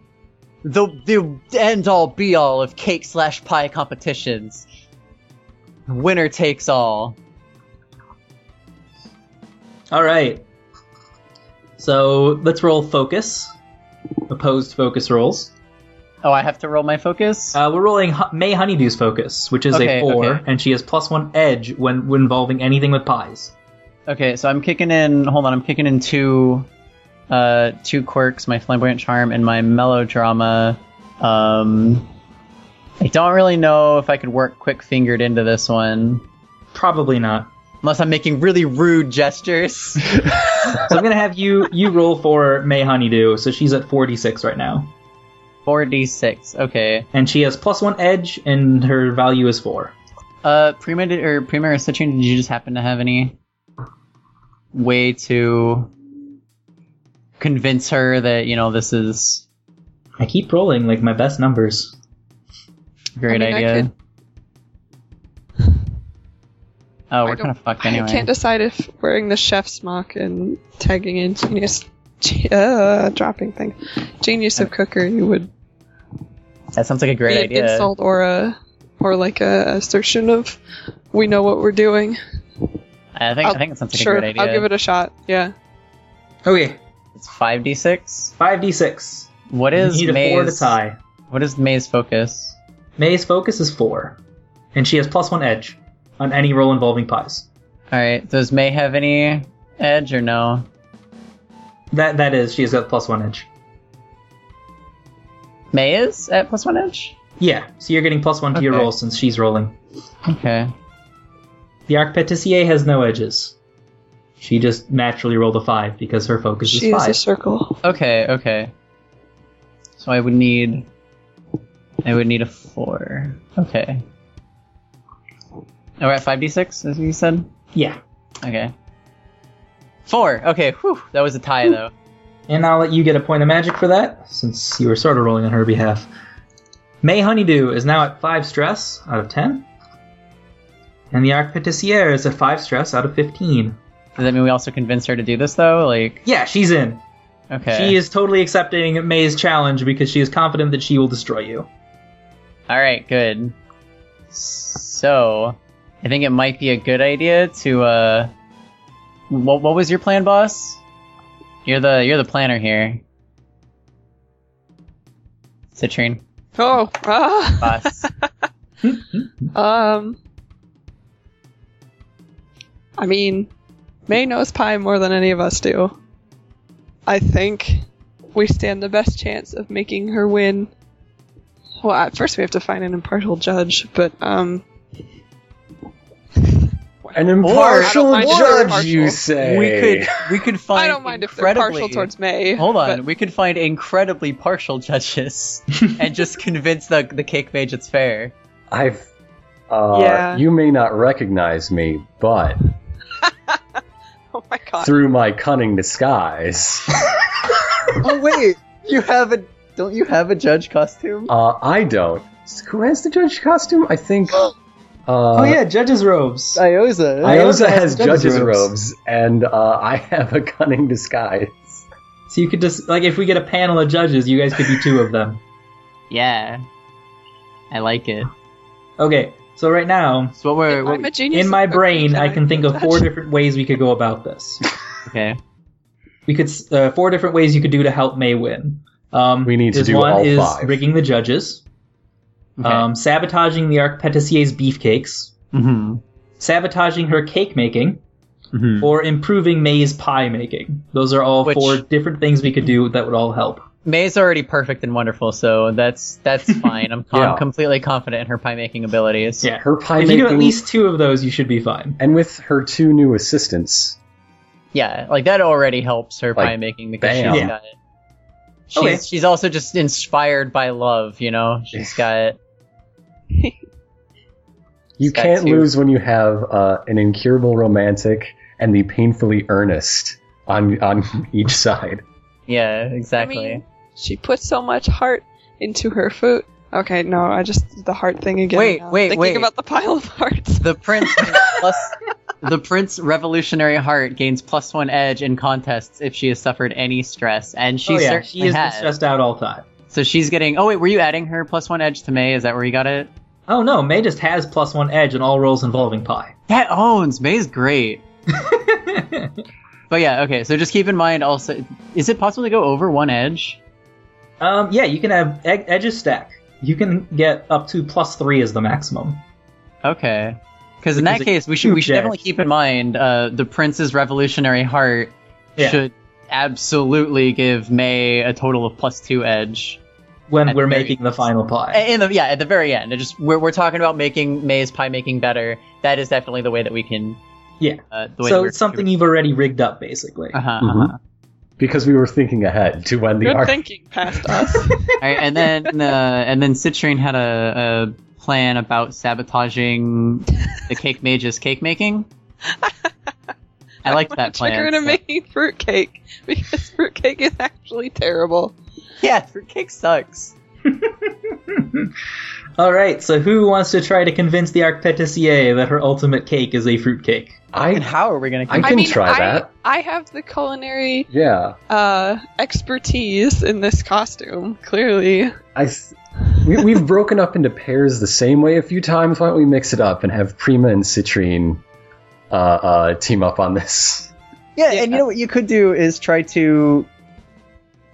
Speaker 2: The the end all be all of cake slash pie competitions. Winner takes all.
Speaker 1: All right. So let's roll focus. Opposed focus rolls.
Speaker 2: Oh, I have to roll my focus.
Speaker 1: Uh, we're rolling Ho- May Honeydew's focus, which is
Speaker 2: Okay,
Speaker 1: a four,
Speaker 2: okay.
Speaker 1: and she has plus one edge when, when involving anything with pies.
Speaker 2: okay, so I'm kicking in. Hold on, I'm kicking in two, uh, two quirks: my flamboyant charm and my melodrama. Um, I don't really know if I could work quick fingered into this one,
Speaker 1: Probably not.
Speaker 2: unless I'm making really rude gestures.
Speaker 1: So I'm gonna have you you roll for May Honeydew. So she's at 46 right now.
Speaker 2: Four d six. Okay.
Speaker 1: and she has plus one edge, and her value is four.
Speaker 2: Uh, Prima did, or Prima or Citrine, did you just happen to have any way to convince her that you know this is
Speaker 1: I keep rolling like my best numbers.
Speaker 2: a great
Speaker 4: I mean, I
Speaker 2: idea?
Speaker 4: could-
Speaker 2: Oh, we're
Speaker 4: I
Speaker 2: kind of
Speaker 4: don't-
Speaker 2: fucked anyway.
Speaker 4: I can't decide if wearing the chef's smock and tagging in genius, ge- uh, dropping thing, genius of cookery would
Speaker 2: That sounds like a Uh,
Speaker 4: be
Speaker 2: great
Speaker 4: an
Speaker 2: idea.
Speaker 4: insult or a or like a assertion of we know what we're doing.
Speaker 2: I think i
Speaker 4: I'll-
Speaker 2: think it sounds like
Speaker 4: sure,
Speaker 2: a great idea.
Speaker 4: I'll give it a shot. Yeah,
Speaker 1: Okay,
Speaker 2: It's five d six.
Speaker 1: five d six.
Speaker 2: What
Speaker 1: You
Speaker 2: is
Speaker 1: need a
Speaker 2: May's?
Speaker 1: four to tie.
Speaker 2: What is May's focus?
Speaker 1: May's focus is four, and she has plus one edge on any roll involving pies.
Speaker 2: All right. Does May have any edge or no?
Speaker 1: That that is, she has got plus one edge.
Speaker 2: May is at plus one edge.
Speaker 1: Yeah, so you're getting plus one to your
Speaker 2: Okay.
Speaker 1: roll since she's rolling.
Speaker 2: Okay.
Speaker 1: The Archpetissier has no edges. She just naturally rolled a five because her focus
Speaker 4: she
Speaker 1: is
Speaker 4: is
Speaker 1: five.
Speaker 4: a circle.
Speaker 2: Okay. Okay. So I would need. I would need a four. Okay. And we're at five d six, as you said.
Speaker 1: yeah.
Speaker 2: Okay. Four. Okay. Whew. That was a tie though.
Speaker 1: And I'll let you get a point of magic for that, since you were sort of rolling on her behalf. May Honeydew is now at 5 stress out of 10. And the Arpetissier is at 5 stress out of 15.
Speaker 2: Does that mean we also convince her to do this though? Like,
Speaker 1: Yeah, she's in.
Speaker 2: okay.
Speaker 1: She is totally accepting May's challenge because she is confident that she will destroy you.
Speaker 2: All right, good. So, I think it might be a good idea to uh what what was your plan, boss? You're the you're the planner here. Citrine,
Speaker 4: Oh, ah.
Speaker 2: boss.
Speaker 4: Um. I mean, May knows pie more than any of us do. I think we stand the best chance of making her win. Well, at first we have to find an impartial judge, but um,
Speaker 3: An
Speaker 4: I
Speaker 3: impartial
Speaker 4: don't mind if they're
Speaker 3: judge,
Speaker 4: impartial.
Speaker 3: you say?
Speaker 2: we could we could find
Speaker 4: I don't mind if they're
Speaker 2: incredibly
Speaker 4: partial towards May.
Speaker 2: Hold on,
Speaker 4: but-
Speaker 2: we could find incredibly partial judges and just convince the the cake mage it's fair.
Speaker 3: I've. Uh,
Speaker 4: Yeah.
Speaker 3: You may not recognize me, but
Speaker 4: oh my god!
Speaker 3: through my cunning disguise,
Speaker 2: oh wait, you have a don't you have a judge costume?
Speaker 3: uh, I don't. Who has the judge costume? I think. Uh,
Speaker 1: oh, yeah, judge's robes.
Speaker 2: Iosa.
Speaker 3: Iosa has judge's robes, and uh, I have a cunning disguise.
Speaker 1: So you could just, like, if we get a panel of judges, you guys could be two of them.
Speaker 2: Yeah, I like it.
Speaker 1: Okay, so right now,
Speaker 2: So what we're what-
Speaker 4: I'm a genius.
Speaker 1: in my
Speaker 4: at cooking,
Speaker 1: brain, I can think of
Speaker 4: judge?
Speaker 1: four different ways we could go about this.
Speaker 2: okay.
Speaker 1: we could s- uh, four different ways you could do to help May win. Um,
Speaker 3: We need to
Speaker 1: is
Speaker 3: do
Speaker 1: one
Speaker 3: all
Speaker 1: is
Speaker 3: five.
Speaker 1: rigging the judges,
Speaker 2: okay.
Speaker 1: um, sabotaging the Arpetissier's beefcakes, Mm-hmm.
Speaker 2: hmm
Speaker 1: sabotaging her cake making,
Speaker 2: hmm
Speaker 1: or improving May's pie making. Those are all
Speaker 2: Which-
Speaker 1: four different things we could do that would all help.
Speaker 2: May's already perfect and wonderful, so that's that's fine. I'm, com-
Speaker 3: Yeah.
Speaker 2: completely confident in her pie making abilities.
Speaker 1: Yeah.
Speaker 3: Her pie
Speaker 1: If you
Speaker 3: making,
Speaker 1: do at least two of those, you should be fine.
Speaker 3: and with her two new assistants,
Speaker 2: Yeah, like that already helps her
Speaker 3: Like,
Speaker 2: pie making because
Speaker 3: bam.
Speaker 2: she's
Speaker 1: Yeah.
Speaker 2: got it. She's
Speaker 1: Okay.
Speaker 2: she's also just inspired by love, you know. She's got
Speaker 3: you
Speaker 2: Got
Speaker 3: can't
Speaker 2: two.
Speaker 3: lose when you have uh, an incurable romantic and the painfully earnest on on each side.
Speaker 2: yeah, exactly.
Speaker 4: mean, She puts so much heart into her food. Okay, no, I just did the heart thing again.
Speaker 2: Wait,
Speaker 4: now.
Speaker 2: wait,
Speaker 4: Thinking
Speaker 2: wait.
Speaker 4: about the pile of hearts.
Speaker 2: The prince plus the prince revolutionary heart gains plus one edge in contests if she has suffered any stress, and she
Speaker 1: oh, yeah,
Speaker 2: certainly
Speaker 1: she is
Speaker 2: has.
Speaker 1: stressed out all time.
Speaker 2: So she's getting. Oh wait, were you adding her plus one edge to May? Is that where you got it?
Speaker 1: Oh no, May just has plus one edge in all rolls involving pie.
Speaker 2: That oh, owns May's great. But yeah, okay. So just keep in mind also, is it possible to go over one edge?
Speaker 1: um, yeah, you can have ed- edges stack. You can get up to plus three is the maximum.
Speaker 2: Okay. Because in
Speaker 1: Which is
Speaker 2: that
Speaker 1: a
Speaker 2: case, we should we
Speaker 1: huge
Speaker 2: should
Speaker 1: edge.
Speaker 2: definitely keep in mind uh, the prince's revolutionary heart
Speaker 1: Yeah.
Speaker 2: should absolutely give May a total of plus two edge.
Speaker 1: when
Speaker 2: At
Speaker 1: we're
Speaker 2: the very
Speaker 1: making the final pie.
Speaker 2: A- In the yeah, at the very end, it just we're, we're talking about making May's pie making better. That is definitely the way that we can.
Speaker 1: Yeah.
Speaker 2: Uh, the way that
Speaker 1: So
Speaker 2: we're-
Speaker 1: it's something you've already rigged up, basically.
Speaker 2: Uh-huh,
Speaker 3: Mhm.
Speaker 2: uh-huh.
Speaker 3: Because we were thinking ahead to when the
Speaker 4: Good
Speaker 3: arc.
Speaker 4: thinking past us.
Speaker 2: All right, and then uh, and then Citrine had a, a plan about sabotaging the cake mage's cake making. I liked that plan.
Speaker 4: Trigger into
Speaker 2: so-
Speaker 4: making fruitcake because fruitcake is actually terrible.
Speaker 2: Yeah, fruitcake sucks.
Speaker 1: All right. So who wants to try to convince the Arpetissier that her ultimate cake is a fruitcake?
Speaker 2: And
Speaker 3: I
Speaker 2: how are we gonna?
Speaker 3: I
Speaker 2: keep-
Speaker 3: can try
Speaker 4: I,
Speaker 3: that.
Speaker 4: I have the culinary
Speaker 3: yeah,
Speaker 4: uh, expertise in this costume. Clearly,
Speaker 3: I. th- we, we've broken up into pairs the same way a few times. Why don't we mix it up and have Prima and Citrine uh, uh, team up on this?
Speaker 2: yeah,
Speaker 4: Yeah.
Speaker 2: and you know what you could do is try to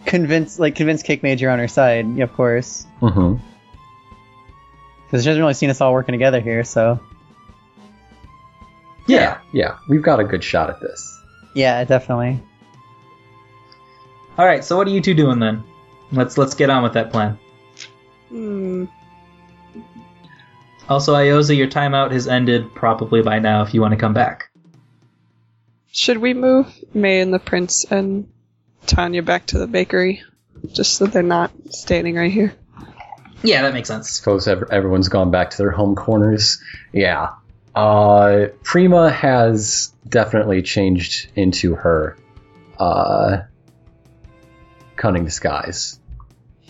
Speaker 2: convince, like, convince Cake Mage you're on her side, of course,
Speaker 3: Mm-hmm.
Speaker 2: because she hasn't really seen us all working together here. So
Speaker 3: Yeah, yeah, we've got a good shot at this.
Speaker 2: yeah, definitely.
Speaker 1: All right. So what are you two doing then? Let's let's get on with that plan.
Speaker 4: hmm.
Speaker 1: Also, Iosa, your timeout has ended probably by now. If you want to come back,
Speaker 4: should we move May and the prince and Tanya back to the bakery just so they're not standing right here?
Speaker 1: yeah, that makes sense.
Speaker 3: Suppose ev- everyone's gone back to their home corners. Yeah. Uh, Prima has definitely changed into her uh, cunning disguise.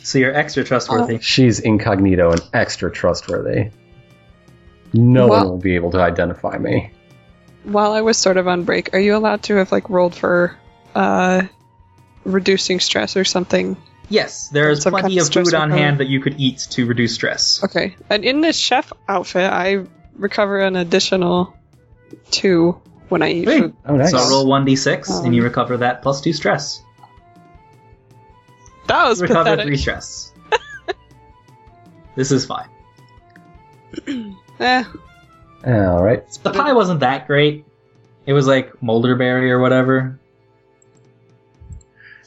Speaker 1: So you're extra trustworthy.
Speaker 4: Oh,
Speaker 3: She's incognito and extra trustworthy. No one
Speaker 4: Well-
Speaker 3: will be able to identify me.
Speaker 4: While I was sort of on break, are you allowed to have like rolled for uh, reducing stress or something?
Speaker 1: Yes, there is
Speaker 4: Some kind
Speaker 1: plenty
Speaker 4: of
Speaker 1: of food
Speaker 4: stress
Speaker 1: on
Speaker 4: recovery.
Speaker 1: hand that you could eat to reduce stress.
Speaker 4: Okay. And in this chef outfit, I recover an additional two when I eat
Speaker 1: Hey.
Speaker 4: food.
Speaker 3: Oh, nice.
Speaker 1: So roll 1d6
Speaker 4: Um,
Speaker 1: and you recover that plus 2 stress.
Speaker 4: That was
Speaker 1: recover
Speaker 4: pathetic.
Speaker 1: 3 stress. this is fine.
Speaker 4: Eh,
Speaker 3: All right.
Speaker 1: The pie wasn't that great. It was like Molderberry or whatever.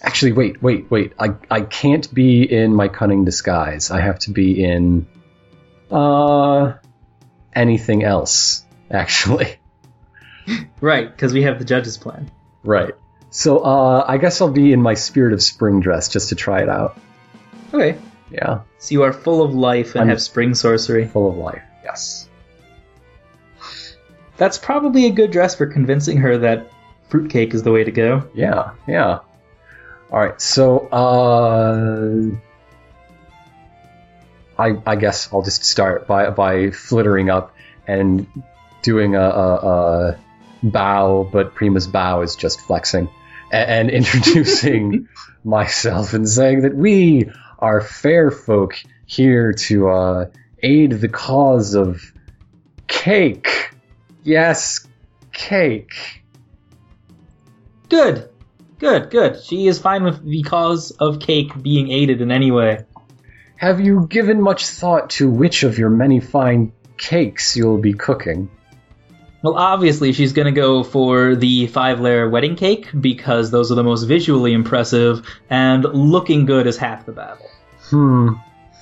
Speaker 3: Actually, wait, wait, wait. I I can't be in my cunning disguise. I have to be in uh anything else. Actually,
Speaker 1: Right, because we have the judge's plan.
Speaker 3: right. So uh, I guess I'll be in my spirit of spring dress just to try it out.
Speaker 1: Okay.
Speaker 3: Yeah,
Speaker 1: So you are full of life and
Speaker 3: I'm-
Speaker 1: have spring sorcery.
Speaker 3: full of life. Yes.
Speaker 1: That's probably a good dress for convincing her that fruitcake is the way to go.
Speaker 3: Yeah, yeah. All right, so uh, I I guess I'll just start by by flittering up and doing a, a, a bow, but Prima's bow is just flexing a- and, and introducing myself and saying that we are fair folk here to uh, aid the cause of cake. Yes, cake.
Speaker 1: Good. Good, good. She is fine with the cause of cake being aided in any way.
Speaker 3: Have you given much thought to which of your many fine cakes you'll be cooking?
Speaker 1: Well, obviously, she's going to go for the five layer wedding cake because those are the most visually impressive, and looking good is half the battle.
Speaker 3: Hmm.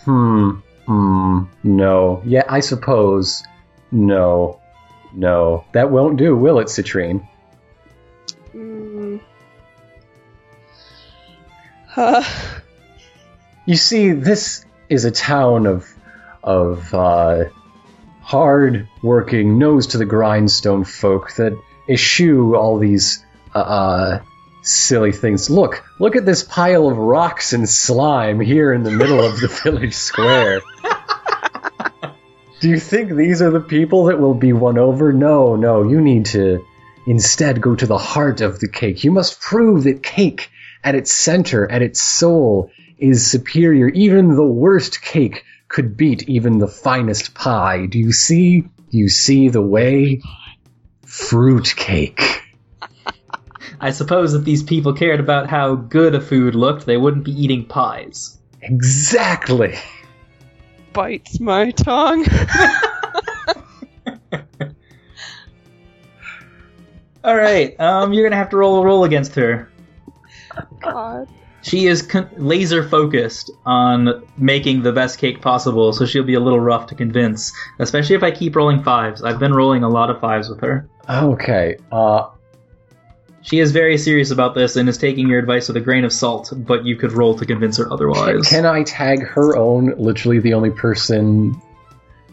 Speaker 3: Hmm. Hmm. No. Yeah, I suppose. No. No. That won't do, will it, Citrine?
Speaker 4: mm. Uh,
Speaker 3: You see, this is a town of of uh, hard working, nose to the grindstone folk that eschew all these uh, uh, silly things. Look, look at this pile of rocks and slime here in the middle of the village square. Do you think these are the people that will be won over? No, no, you need to instead go to the heart of the cake. You must prove that cake at its center, at its soul, is superior. Even the worst cake could beat even the finest pie. Do you see? Do you see the way? Fruit cake.
Speaker 1: I suppose if these people cared about how good a food looked, they wouldn't be eating pies.
Speaker 3: Exactly.
Speaker 4: bites my tongue.
Speaker 1: All right, um, you're going to have to roll a roll against her.
Speaker 4: God.
Speaker 1: She is con- laser focused on making the best cake possible, so she'll be a little rough to convince, especially if I keep rolling fives. I've been rolling a lot of fives with her.
Speaker 3: Okay. Uh,
Speaker 1: She is very serious about this and is taking your advice with a grain of salt, but you could roll to convince her otherwise.
Speaker 3: can I tag her own? Literally, the only person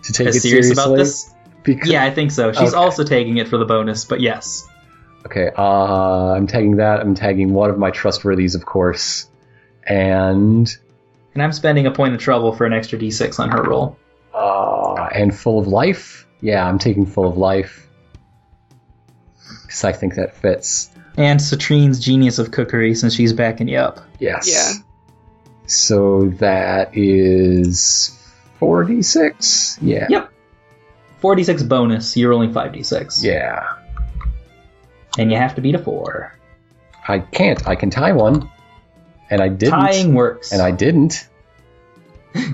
Speaker 3: to take
Speaker 1: Is
Speaker 3: it
Speaker 1: serious
Speaker 3: seriously.
Speaker 1: about this?
Speaker 3: Because,
Speaker 1: Yeah, I think so. She's
Speaker 3: Okay.
Speaker 1: also taking it for the bonus, but yes.
Speaker 3: Okay. Uh, I'm tagging that. I'm tagging one of my trustworthies, of course, and
Speaker 1: And I'm spending a point of trouble for an extra d6 on her roll.
Speaker 3: Uh, and full of life. Yeah, I'm taking full of life because I think that fits.
Speaker 1: And Citrine's genius of cookery since she's backing you up.
Speaker 3: Yes.
Speaker 4: Yeah.
Speaker 3: So that is forty-six. Yeah.
Speaker 1: Yep. 46 bonus, you're rolling 5d6.
Speaker 3: Yeah.
Speaker 1: And you have to beat a 4.
Speaker 3: I can't. I can tie one, and I didn't.
Speaker 1: Tying works.
Speaker 3: And I didn't.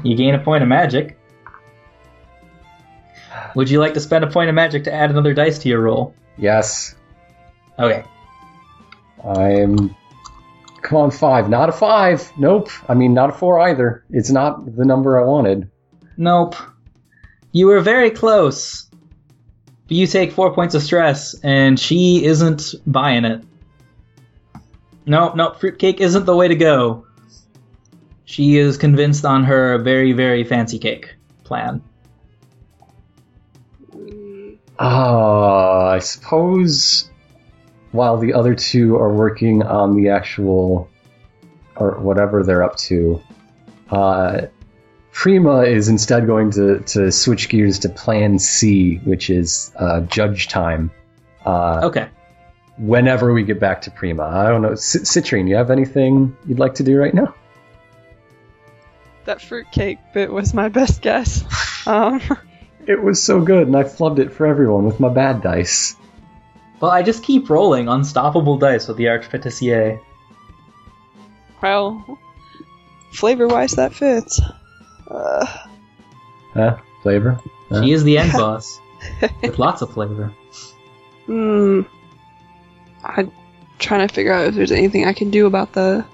Speaker 1: You gain a point of magic. Would you like to spend a point of magic to add another dice to your roll?
Speaker 3: Yes.
Speaker 1: Okay.
Speaker 3: I'm. Come on, five. Not a five. Nope. I mean, not a four either. It's not the number I wanted.
Speaker 1: Nope. You were very close. But you take four points of stress, and she isn't buying it. Nope, nope, fruitcake isn't the way to go. She is convinced on her very, very fancy cake plan.
Speaker 3: Uh, I suppose while the other two are working on the actual or whatever they're up to. Uh, Prima is instead going to, to switch gears to Plan C, which is uh, judge time. Uh,
Speaker 1: Okay.
Speaker 3: Whenever we get back to Prima, I don't know. C- Citrine, you have anything you'd like to do right now?
Speaker 4: That fruitcake bit was my best guess. Um,
Speaker 3: It was so good, and I flubbed it for everyone with my bad dice.
Speaker 1: Well, I just keep rolling unstoppable dice with the Archpâtissier.
Speaker 4: well, flavor wise, that fits. Uh,
Speaker 3: Huh? Flavor?
Speaker 1: She is the end boss with lots of flavor.
Speaker 4: hmm. I'm trying to figure out if there's anything I can do about the.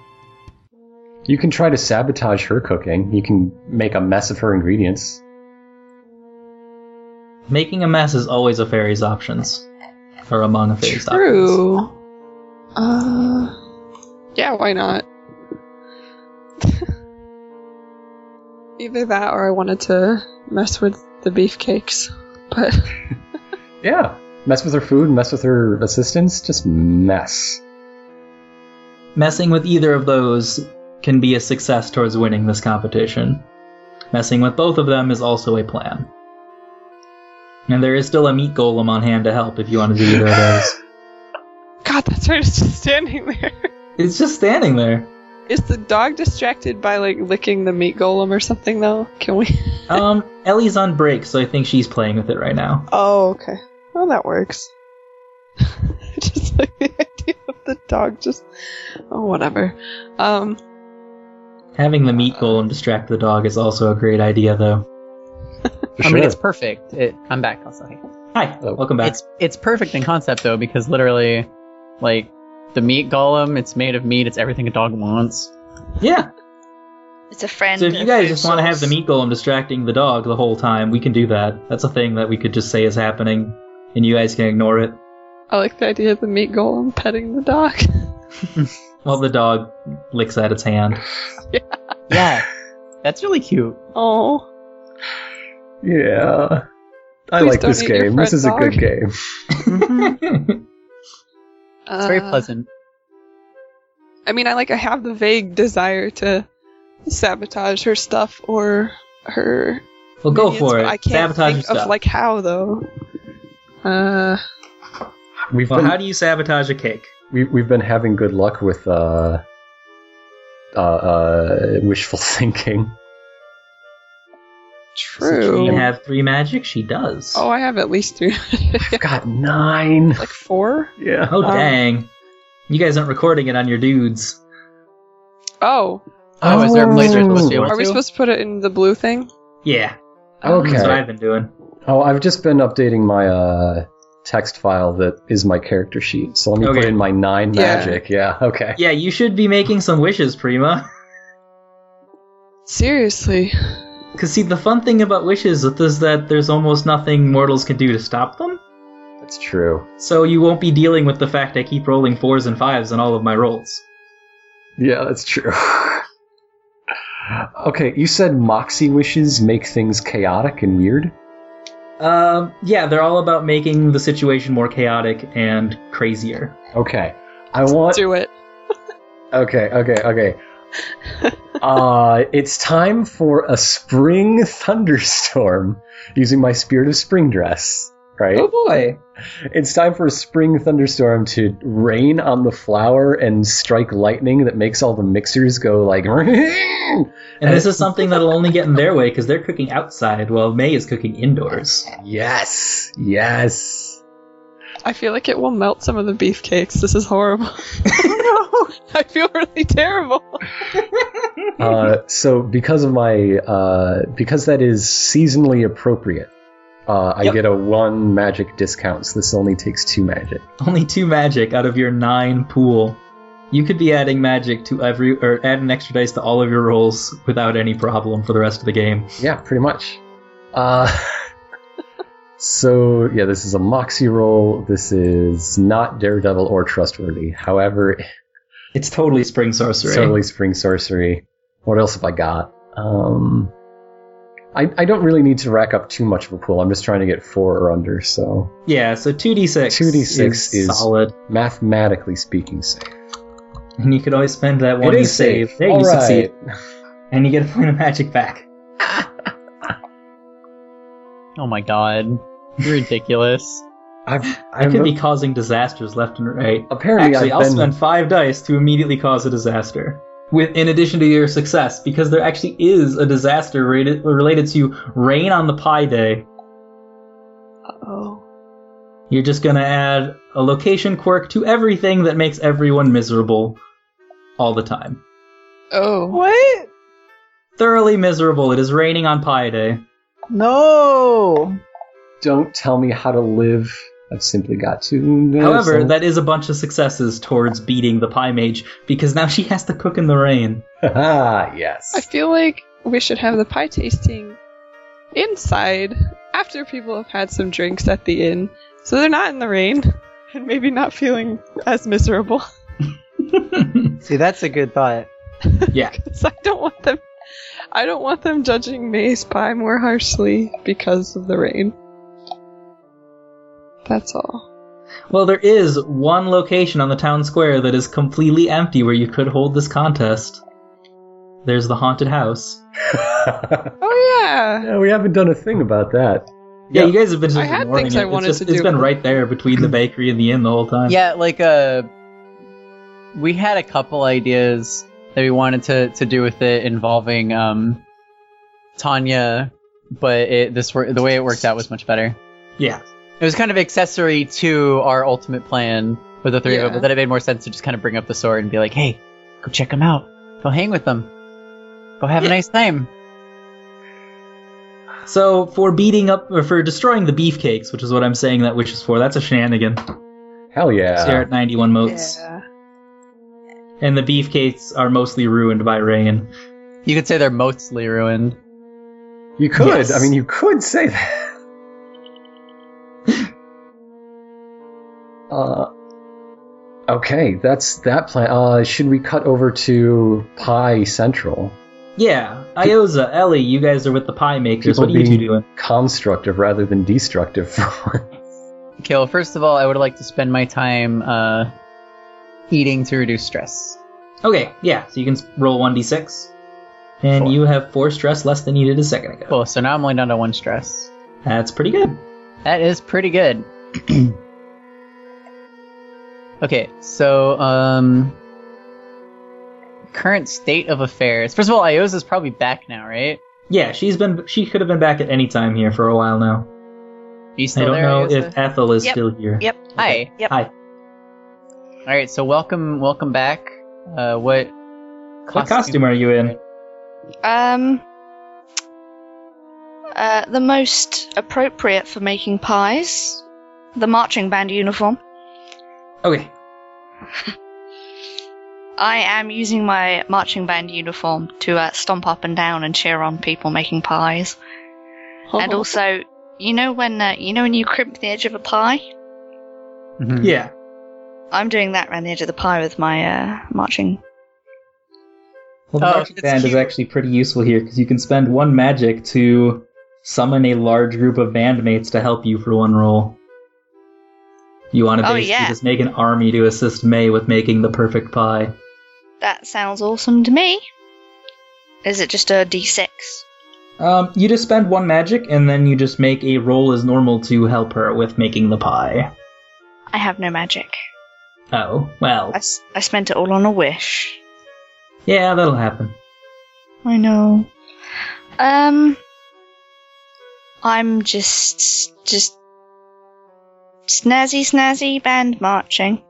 Speaker 3: You can try to sabotage her cooking. You can make a mess of her ingredients.
Speaker 1: Making a mess is always a fairy's options, or among a fairy's options.
Speaker 4: True. Uh, yeah, why not? Either that or I wanted to mess with the beefcakes. But
Speaker 3: Yeah. Mess with her food, mess with her assistants, just mess.
Speaker 1: Messing with either of those can be a success towards winning this competition. Messing with both of them is also a plan. And there is still a meat golem on hand to help if you want to do either of those.
Speaker 4: God, that's right, it's just standing there.
Speaker 1: It's just standing there.
Speaker 4: Is the dog distracted by like licking the meat golem or something though? Can we?
Speaker 1: Um, Ellie's on break, so I think she's playing with it right now.
Speaker 4: Oh, okay. Well, that works. just like the idea of the dog just. Oh, whatever. Um,
Speaker 1: Having the meat golem distract the dog is also a great idea, though.
Speaker 3: For
Speaker 2: I mean, it's perfect. It, I'm back. Also,
Speaker 1: Hi,
Speaker 3: Oh.
Speaker 1: welcome back.
Speaker 2: it's it's perfect in concept though because literally, like the meat golem, it's made of meat. It's everything a dog wants.
Speaker 1: Yeah.
Speaker 5: It's a friend.
Speaker 1: So if you
Speaker 5: of
Speaker 1: guys
Speaker 5: food
Speaker 1: just want to have the
Speaker 5: source.
Speaker 1: meat golem distracting the dog the whole time, we can do that. That's a thing that we could just say is happening, and you guys can ignore it.
Speaker 4: I like the idea of the meat golem petting the dog.
Speaker 1: While the dog licks at its hand.
Speaker 2: Yeah, that's really cute.
Speaker 4: Oh,
Speaker 3: Yeah. I
Speaker 4: Please
Speaker 3: like
Speaker 4: don't
Speaker 3: this
Speaker 4: eat your
Speaker 3: game. This
Speaker 4: friend
Speaker 3: is a good
Speaker 4: dog.
Speaker 3: game.
Speaker 6: Mm-hmm.
Speaker 2: It's very pleasant.
Speaker 4: Uh, I mean, I like I have the vague desire to sabotage her stuff or her.
Speaker 1: well, go
Speaker 4: minions,
Speaker 1: for
Speaker 4: but
Speaker 1: it.
Speaker 4: I can't
Speaker 1: sabotage your
Speaker 4: think
Speaker 1: stuff.
Speaker 4: of like how though. Uh,
Speaker 3: We've
Speaker 1: well,
Speaker 3: been
Speaker 1: how do you sabotage a cake?
Speaker 3: we, we've been having good luck with uh, uh, uh, wishful thinking.
Speaker 1: Does she
Speaker 4: true.
Speaker 1: have three magic? She does.
Speaker 4: Oh, I have at least three,
Speaker 3: I've got nine.
Speaker 4: like four.
Speaker 3: Yeah.
Speaker 1: Oh,
Speaker 4: um,
Speaker 1: dang. You guys aren't recording it on your dudes.
Speaker 4: Oh,
Speaker 2: Oh, is there a place we're supposed to be able
Speaker 4: are we
Speaker 2: to?
Speaker 4: supposed to put it in the blue thing?
Speaker 1: Yeah, that's what
Speaker 3: Okay.
Speaker 1: I've been doing.
Speaker 3: Oh, I've just been updating my uh, text file that is my character sheet. So let me put
Speaker 1: Okay.
Speaker 3: in my nine
Speaker 4: Yeah.
Speaker 3: magic. Yeah. Okay.
Speaker 1: Yeah, you should be making some wishes, Prima.
Speaker 4: Seriously.
Speaker 1: Because see, the fun thing about wishes is that there's almost nothing mortals can do to stop them.
Speaker 3: That's true.
Speaker 1: So you won't be dealing with the fact I keep rolling fours and fives on all of my rolls.
Speaker 3: Yeah, that's true. okay, you said moxie wishes make things chaotic and weird.
Speaker 1: Um, yeah, they're all about making the situation more chaotic and crazier.
Speaker 3: Okay. I want
Speaker 4: Do it.
Speaker 3: Okay, okay, okay. uh, it's time for a spring thunderstorm using my spirit of spring dress, right?
Speaker 1: boy!
Speaker 3: It's time for a spring thunderstorm to rain on the flower and strike lightning that makes all the mixers go like.
Speaker 1: And this is something that'll only get in their way because they're cooking outside while May is cooking indoors.
Speaker 3: yes, yes.
Speaker 4: I feel like it will melt some of the beefcakes. This is horrible. no. I feel really terrible.
Speaker 3: Uh, so because of my uh, because that is seasonally appropriate, uh, I
Speaker 1: Yep.
Speaker 3: get a one magic discount. So this only takes two magic.
Speaker 1: Only two magic out of your nine pool. You could be adding magic to every, or add an extra dice to all of your rolls without any problem for the rest of the game.
Speaker 3: Yeah, pretty much. Uh, so yeah, this is a moxie roll. This is not daredevil or trustworthy. However,
Speaker 1: It's totally spring sorcery.
Speaker 3: it's totally spring sorcery. What else have I got? Um, I I don't really need to rack up too much of a pool. I'm just trying to get four or under. So
Speaker 1: Yeah, so 2d6.
Speaker 3: 2d6 is-
Speaker 1: solid.
Speaker 3: mathematically speaking, safe.
Speaker 1: and you could always spend that one
Speaker 3: it
Speaker 1: you
Speaker 3: is
Speaker 1: save.
Speaker 3: safe.
Speaker 1: There
Speaker 3: All
Speaker 1: you
Speaker 3: right.
Speaker 1: succeed, and you get a point of magic back.
Speaker 2: Oh my god. You're ridiculous.
Speaker 3: I've,
Speaker 1: I
Speaker 3: I've
Speaker 1: could be causing disasters left and right.
Speaker 3: apparently
Speaker 1: Actually,
Speaker 3: I've
Speaker 1: I'll
Speaker 3: been
Speaker 1: spend five dice to immediately cause a disaster. With, in addition to your success, because there actually is a disaster related, related to rain on the Pi Day.
Speaker 4: Oh.
Speaker 1: You're just gonna add a location quirk to everything that makes everyone miserable all the time.
Speaker 4: Oh.
Speaker 6: What?
Speaker 1: Thoroughly miserable. It is raining on Pi Day.
Speaker 6: No.
Speaker 3: don't tell me how to live. I've simply got to. know
Speaker 1: However,
Speaker 3: some-
Speaker 1: that is a bunch of successes towards beating the Pie Mage because now she has to cook in the rain.
Speaker 3: ah,
Speaker 4: I
Speaker 3: yes.
Speaker 4: feel like we should have the pie tasting inside after people have had some drinks at the inn, so they're not in the rain and maybe not feeling as miserable.
Speaker 6: See, that's a good thought.
Speaker 1: yeah.
Speaker 4: 'Cause I don't want them. I don't want them judging May's pie more harshly because of the rain. That's all.
Speaker 1: Well, there is one location on the town square that is completely empty where you could hold this contest. There's the haunted house.
Speaker 4: Oh yeah.
Speaker 3: yeah, we haven't done a thing about that.
Speaker 1: Yeah,
Speaker 3: Yeah.
Speaker 1: you guys have been just
Speaker 4: I had
Speaker 1: ignoring
Speaker 4: things
Speaker 1: it.
Speaker 4: I wanted
Speaker 1: it's just,
Speaker 4: to
Speaker 1: It's
Speaker 4: do.
Speaker 1: been right there between the bakery and the inn the whole time.
Speaker 2: Yeah, like uh we had a couple ideas that we wanted to to do with it involving um Tanya, but it this wor- the way it worked out was much better.
Speaker 1: Yeah.
Speaker 2: It was kind of accessory to our ultimate plan with the three of us,
Speaker 4: Yeah.
Speaker 2: but then it made more sense to just kind of bring up the sword and be like, "Hey, go check them out. Go hang with them. Go have a
Speaker 1: Yeah.
Speaker 2: nice time."
Speaker 1: So for beating up or for destroying the beefcakes, which is what I'm saying that witch is for, that's a shenanigan.
Speaker 3: Hell yeah.
Speaker 1: Stare at 91 motes.
Speaker 4: Yeah.
Speaker 1: And the beefcakes are mostly ruined by rain.
Speaker 2: You could say they're mostly ruined.
Speaker 3: You could.
Speaker 1: Yes.
Speaker 3: I mean, you could say that. uh, okay, that's that plan. Uh, should we cut over to Pi Central?
Speaker 1: Yeah, Ioza, Ellie, you guys are with the pie makers.
Speaker 3: People
Speaker 1: what are you two
Speaker 3: being-
Speaker 1: doing?
Speaker 3: Constructive rather than destructive.
Speaker 2: Okay, well, first of all, I would like to spend my time uh, eating to reduce stress.
Speaker 1: Okay, yeah, so you can s- roll 1d6. And
Speaker 3: Four.
Speaker 1: you have four stress less than you did a second ago.
Speaker 2: Cool. So now I'm only down to one stress.
Speaker 1: That's pretty good.
Speaker 2: That is pretty good. okay, so um, current state of affairs. First of all, Ioza's probably back now, right?
Speaker 1: Yeah, she's been. She could have been back at any time here for a while now.
Speaker 2: Are you
Speaker 1: I
Speaker 2: still
Speaker 1: don't
Speaker 2: there?
Speaker 1: know
Speaker 2: Ioza?
Speaker 1: if Ethel is
Speaker 5: uh, Yep.
Speaker 1: still here.
Speaker 5: Yep.
Speaker 2: Hi.
Speaker 5: Yep.
Speaker 1: Hi.
Speaker 2: All right. So welcome, welcome back. Uh, what?
Speaker 1: What costume are you in?
Speaker 5: Um, uh, the most appropriate for making pies, the marching band uniform.
Speaker 1: Okay.
Speaker 5: I am using my marching band uniform to uh, stomp up and down and cheer on people making pies,
Speaker 4: Oh.
Speaker 5: and also, you know when uh, you know when you crimp the edge of a pie.
Speaker 2: Mhm.
Speaker 1: Yeah.
Speaker 5: I'm doing that around the edge of the pie with my uh, marching.
Speaker 1: Well, the
Speaker 2: Oh,
Speaker 1: marching
Speaker 2: it's
Speaker 1: band is
Speaker 2: cute.
Speaker 1: actually pretty useful here because you can spend one magic to summon a large group of bandmates to help you for one roll. You want to
Speaker 5: Oh,
Speaker 1: basically
Speaker 5: yeah.
Speaker 1: just make an army to assist May with making the perfect pie.
Speaker 5: That sounds awesome to me. Is it just a d6?
Speaker 1: Um, you just spend one magic and then you just make a roll as normal to help her with making the pie.
Speaker 5: I have no magic.
Speaker 1: Oh, well.
Speaker 5: I, s- I spent it all on a wish.
Speaker 1: Yeah, that'll happen.
Speaker 5: I know. Um, I'm just just snazzy, snazzy band marching.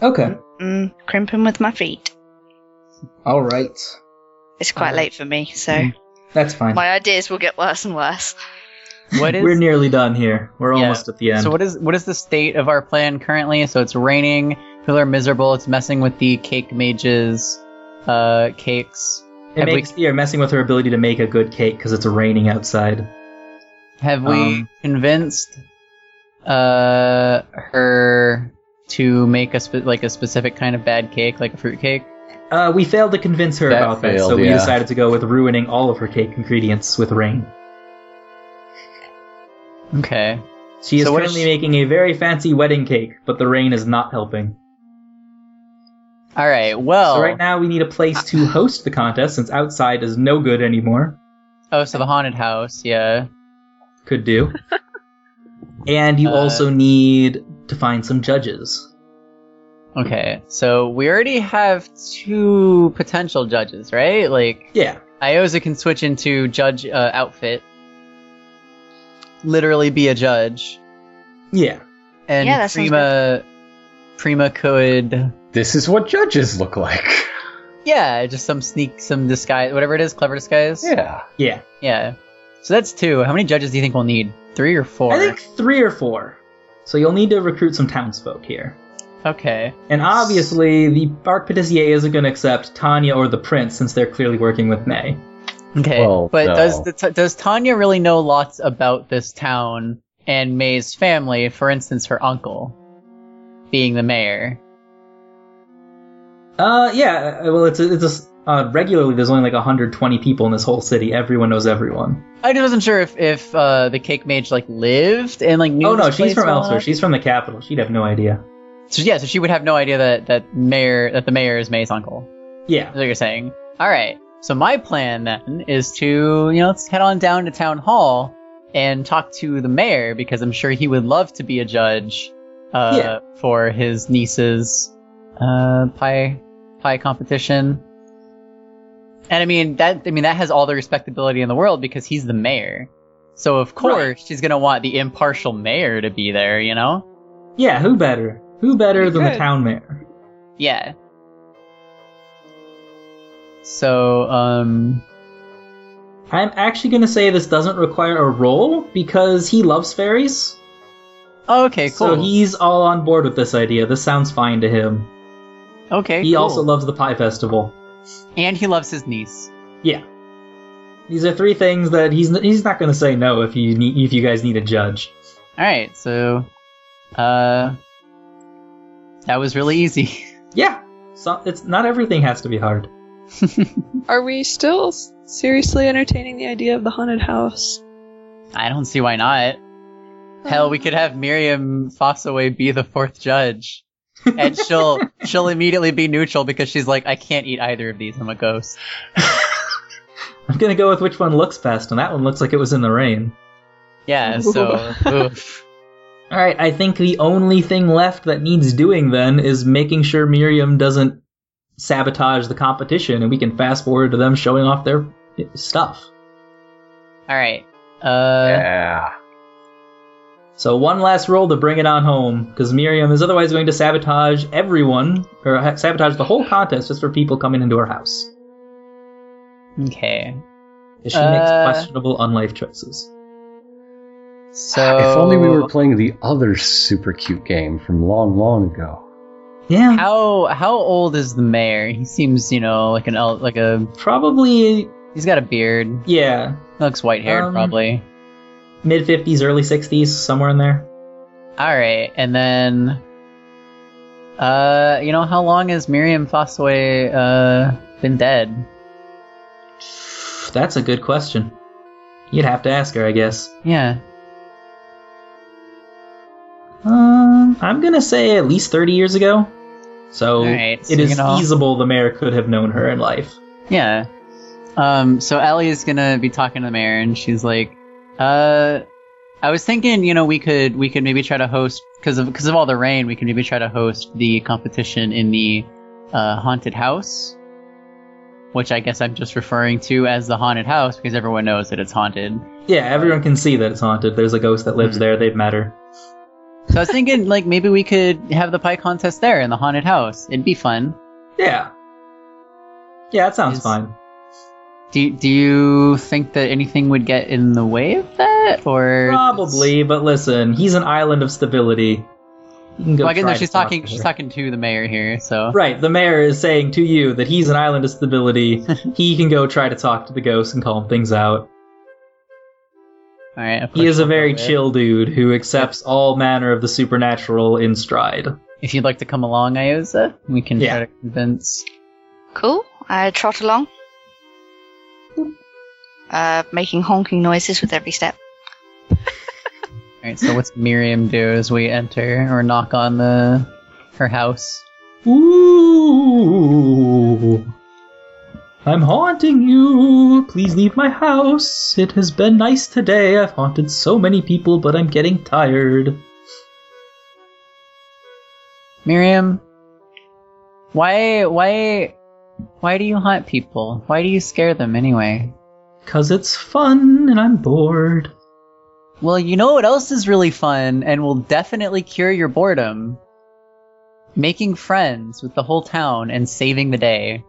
Speaker 1: Okay.
Speaker 5: Mm, crimping with my feet.
Speaker 1: All right.
Speaker 5: It's quite
Speaker 1: Uh,
Speaker 5: late for me, so
Speaker 1: mm. That's fine.
Speaker 5: my ideas will get worse and worse.
Speaker 2: What is?
Speaker 1: We're nearly done here. We're
Speaker 2: Yeah.
Speaker 1: almost at the end.
Speaker 2: So what is what is the state of our plan currently? So it's raining. People are miserable. It's messing with the cake mages, uh, cakes.
Speaker 1: it
Speaker 2: have we-
Speaker 1: makes, You're messing with her ability to make a good cake because it's raining outside.
Speaker 2: Have we
Speaker 1: Um.
Speaker 2: convinced uh her to make a spe- like a specific kind of bad cake, like a fruit cake?
Speaker 1: Uh, we failed to convince her
Speaker 3: That
Speaker 1: about that, so
Speaker 3: failed,
Speaker 1: we
Speaker 3: yeah.
Speaker 1: decided to go with ruining all of her cake ingredients with rain.
Speaker 2: Okay.
Speaker 1: She is
Speaker 2: So what is
Speaker 1: currently
Speaker 2: she-
Speaker 1: making a very fancy wedding cake, but the rain is not helping.
Speaker 2: All right. Well.
Speaker 1: So right now we need a place to host the contest since outside is no good anymore.
Speaker 2: Oh, so the haunted house. Yeah.
Speaker 1: Could do. and you
Speaker 2: Uh,
Speaker 1: also need to find some judges.
Speaker 2: Okay. So we already have two potential judges, right? Like
Speaker 1: Yeah.
Speaker 2: Iosa can switch into judge uh, outfit. Literally be a judge.
Speaker 1: Yeah.
Speaker 2: And
Speaker 5: Yeah, that sounds
Speaker 2: Prima Prima could
Speaker 3: This is what judges look like.
Speaker 2: Yeah, just some sneak some disguise whatever it is, clever disguise.
Speaker 3: Yeah.
Speaker 1: Yeah.
Speaker 2: Yeah. So that's two. How many judges do you think we'll need? Three or four?
Speaker 1: I think three or four. So you'll need to recruit some townsfolk here.
Speaker 2: Okay.
Speaker 1: And obviously, the Arc-Pitissier isn't going to accept Tanya or the Prince since they're clearly working with May.
Speaker 2: Okay.
Speaker 3: Well,
Speaker 2: but
Speaker 3: no.
Speaker 2: does the t- does Tanya really know lots about this town and May's family? For instance, her uncle being the mayor.
Speaker 1: Uh, yeah. uh, Well, it's a, it's a, s- uh, regularly there's only like 120 people in this whole city. Everyone knows everyone.
Speaker 2: I just wasn't sure if if uh, the cake mage like lived and like knew.
Speaker 1: oh no,
Speaker 2: this
Speaker 1: she's
Speaker 2: place
Speaker 1: from
Speaker 2: well.
Speaker 1: elsewhere. She's from the capital. She'd have no idea.
Speaker 2: So yeah, so she would have no idea that that mayor that the mayor is May's uncle.
Speaker 1: Yeah.
Speaker 2: That's what you're saying. All right. So my plan then is to you know let's head on down to town hall and talk to the mayor because I'm sure he would love to be a judge uh,
Speaker 1: Yeah.
Speaker 2: for his niece's uh, pie pie competition. And I mean that I mean that has all the respectability in the world because he's the mayor. So of course she's gonna want the impartial mayor to be there, you know?
Speaker 1: Yeah. Who better? Who better
Speaker 4: You
Speaker 1: than the
Speaker 4: could.
Speaker 1: town mayor?
Speaker 2: Yeah. So, um,
Speaker 1: I'm actually going to say this doesn't require a roll because he loves fairies.
Speaker 2: oh, okay, cool.
Speaker 1: So he's all on board with this idea. This sounds fine to him.
Speaker 2: okay,
Speaker 1: he
Speaker 2: cool.
Speaker 1: also loves the pie festival.
Speaker 2: and he loves his niece.
Speaker 1: Yeah. These are three things that he's he's not going to say no if you need, if you guys need a judge.
Speaker 2: All right, so, uh, that was really easy.
Speaker 1: Yeah. So it's not everything has to be hard.
Speaker 4: Are we still s- seriously entertaining the idea of the haunted house?
Speaker 2: I don't see why not. Hell, we could have Miriam Fossaway be the fourth judge, and she'll she'll immediately be neutral because she's like, I can't eat either of these. I'm a ghost.
Speaker 1: I'm going to go with which one looks best and that one looks like it was in the rain.
Speaker 2: Yeah. So, oof.
Speaker 1: All right, I think the only thing left that needs doing then is making sure Miriam doesn't sabotage the competition and we can fast forward to them showing off their stuff.
Speaker 2: all right. Uh,
Speaker 3: yeah.
Speaker 1: So one last roll to bring it on home, because Miriam is otherwise going to sabotage everyone, or ha- sabotage the whole contest just for people coming into her house.
Speaker 2: okay.
Speaker 1: 'Cause She makes
Speaker 2: Uh.
Speaker 1: questionable unlife choices.
Speaker 2: So
Speaker 3: If only
Speaker 2: uh,
Speaker 3: we were playing the other super cute game from long, long ago.
Speaker 1: Yeah,
Speaker 2: How how old is the mayor? He seems, you know, like an el- like a
Speaker 1: probably
Speaker 2: he's got a beard.
Speaker 1: yeah,
Speaker 2: Looks white haired
Speaker 1: Um,
Speaker 2: probably.
Speaker 1: mid fifties, early sixties, somewhere in there.
Speaker 2: All right, and then uh, you know, how long has Miriam Fossaway uh been dead?
Speaker 1: That's a good question. You'd have to ask her, I guess.
Speaker 2: Yeah.
Speaker 1: Um, I'm gonna say at least thirty years ago. So
Speaker 2: All right,
Speaker 1: it is
Speaker 2: so you know-
Speaker 1: feasible the mayor could have known her in life.
Speaker 2: Yeah. Um, so Ellie is gonna be talking to the mayor, and she's like, "Uh, I was thinking, you know, we could we could maybe try to host because of because of all the rain, we could maybe try to host the competition in the uh, haunted house, which I guess I'm just referring to as the haunted house because everyone knows that it's haunted.
Speaker 1: Yeah, everyone can see that it's haunted. There's a ghost that lives
Speaker 2: Mhm.
Speaker 1: there. They'd met her.
Speaker 2: So I was thinking, like, maybe we could have the pie contest there in the haunted house. It'd be fun.
Speaker 1: Yeah. Yeah, that sounds
Speaker 2: Is-
Speaker 1: fine.
Speaker 2: Do do you think that anything would get in the way of that, or
Speaker 1: Probably, but listen, he's an island of stability. You can go
Speaker 2: Well, I guess
Speaker 1: try
Speaker 2: no,
Speaker 1: to
Speaker 2: she's
Speaker 1: talk
Speaker 2: talking.
Speaker 1: to
Speaker 2: She's
Speaker 1: her.
Speaker 2: talking to the mayor here. So
Speaker 1: Right, the mayor is saying to you that he's an island of stability. he can go try to talk to the ghosts and calm things out.
Speaker 2: all right, of
Speaker 1: He
Speaker 2: course
Speaker 1: is a
Speaker 2: I'll
Speaker 1: very
Speaker 2: go there.
Speaker 1: chill dude who accepts all manner of the supernatural in stride.
Speaker 2: If you'd like to come along, Iosa, we can
Speaker 1: Yeah.
Speaker 2: try to convince.
Speaker 5: Cool. I trot along, uh, making honking noises with every step.
Speaker 2: All right. So what's Miriam do as we enter or knock on the her house?
Speaker 1: Ooh, you. I'm haunting you. Please leave my house. It has been nice today. I've haunted so many people, but I'm getting tired.
Speaker 2: Miriam, why, why, why do you haunt people? Why do you scare them anyway?
Speaker 1: Cause it's fun and I'm bored.
Speaker 2: Well, you know what else is really fun and will definitely cure your boredom? Making friends with the whole town and saving the day.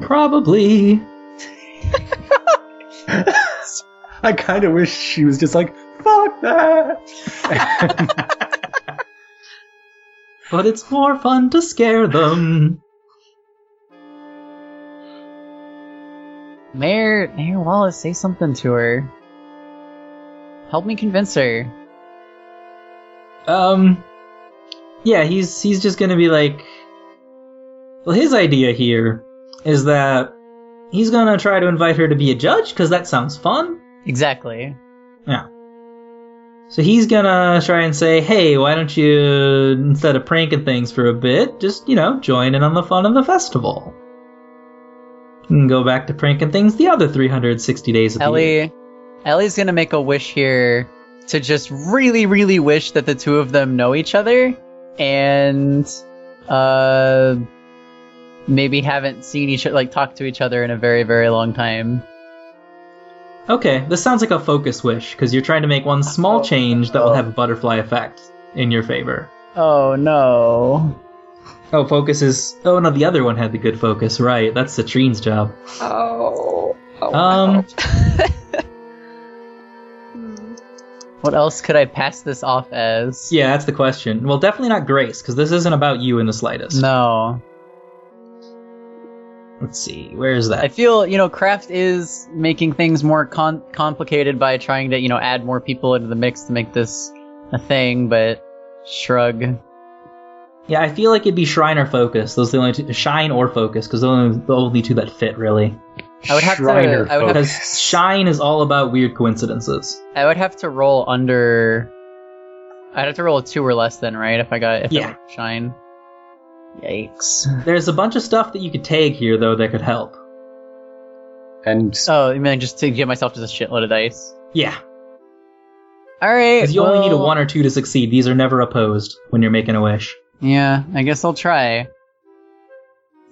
Speaker 1: Probably.
Speaker 3: I kind of wish she was just like, fuck that.
Speaker 1: But it's more fun to scare them.
Speaker 2: Mayor, Mayor Wallace, say something to her. Help me convince her.
Speaker 1: Um, yeah, he's he's just gonna be like. Well, his idea here is that he's gonna try to invite her to be a judge because that sounds fun.
Speaker 2: Exactly.
Speaker 1: So he's gonna try and say, "Hey, why don't you instead of pranking things for a bit, just you know, join in on the fun of the festival." And go back to pranking things the other 360 days of the year.
Speaker 2: Ellie, Ellie's gonna make a wish here to just really, really wish that the two of them know each other and uh, maybe haven't seen each like talked to each other in a very, very long time.
Speaker 1: Okay, this sounds like a focus wish because you're trying to make one small change that will have a butterfly effect in your favor.
Speaker 2: Oh no!
Speaker 1: Oh, focus is. Oh no, the other one had the good focus, right? That's Citrine's job.
Speaker 4: Oh. oh
Speaker 1: Um.
Speaker 4: wow. Hmm.
Speaker 2: What else could I pass this off as?
Speaker 1: Yeah, that's the question. Well, definitely not Grace because this isn't about you in the slightest.
Speaker 2: No,
Speaker 1: Let's see, where is
Speaker 2: I
Speaker 1: that?
Speaker 2: feel you know Kraft is making things more con- complicated by trying to you know add more people into the mix to make this a thing, but shrug.
Speaker 1: Yeah, I feel like it'd be Shrine or Focus. Those are the only two, Shine or Focus because those are the only two that fit really.
Speaker 2: I would have to-
Speaker 3: Shriner
Speaker 2: I would have-
Speaker 3: focus.
Speaker 1: Because Shine is all about weird coincidences.
Speaker 2: I would have to roll under. I'd have to roll a two or less then, right? If I got if
Speaker 1: Yeah.
Speaker 2: I got shine. Yikes!
Speaker 1: There's a bunch of stuff that you could tag here though that could help.
Speaker 3: and
Speaker 2: Oh, I mean, just to give myself just a shitload of dice.
Speaker 1: Yeah,
Speaker 2: All right.
Speaker 1: because you only need a
Speaker 2: well-
Speaker 1: one or two to succeed. These are never opposed when you're making a wish.
Speaker 2: Yeah, I guess I'll try.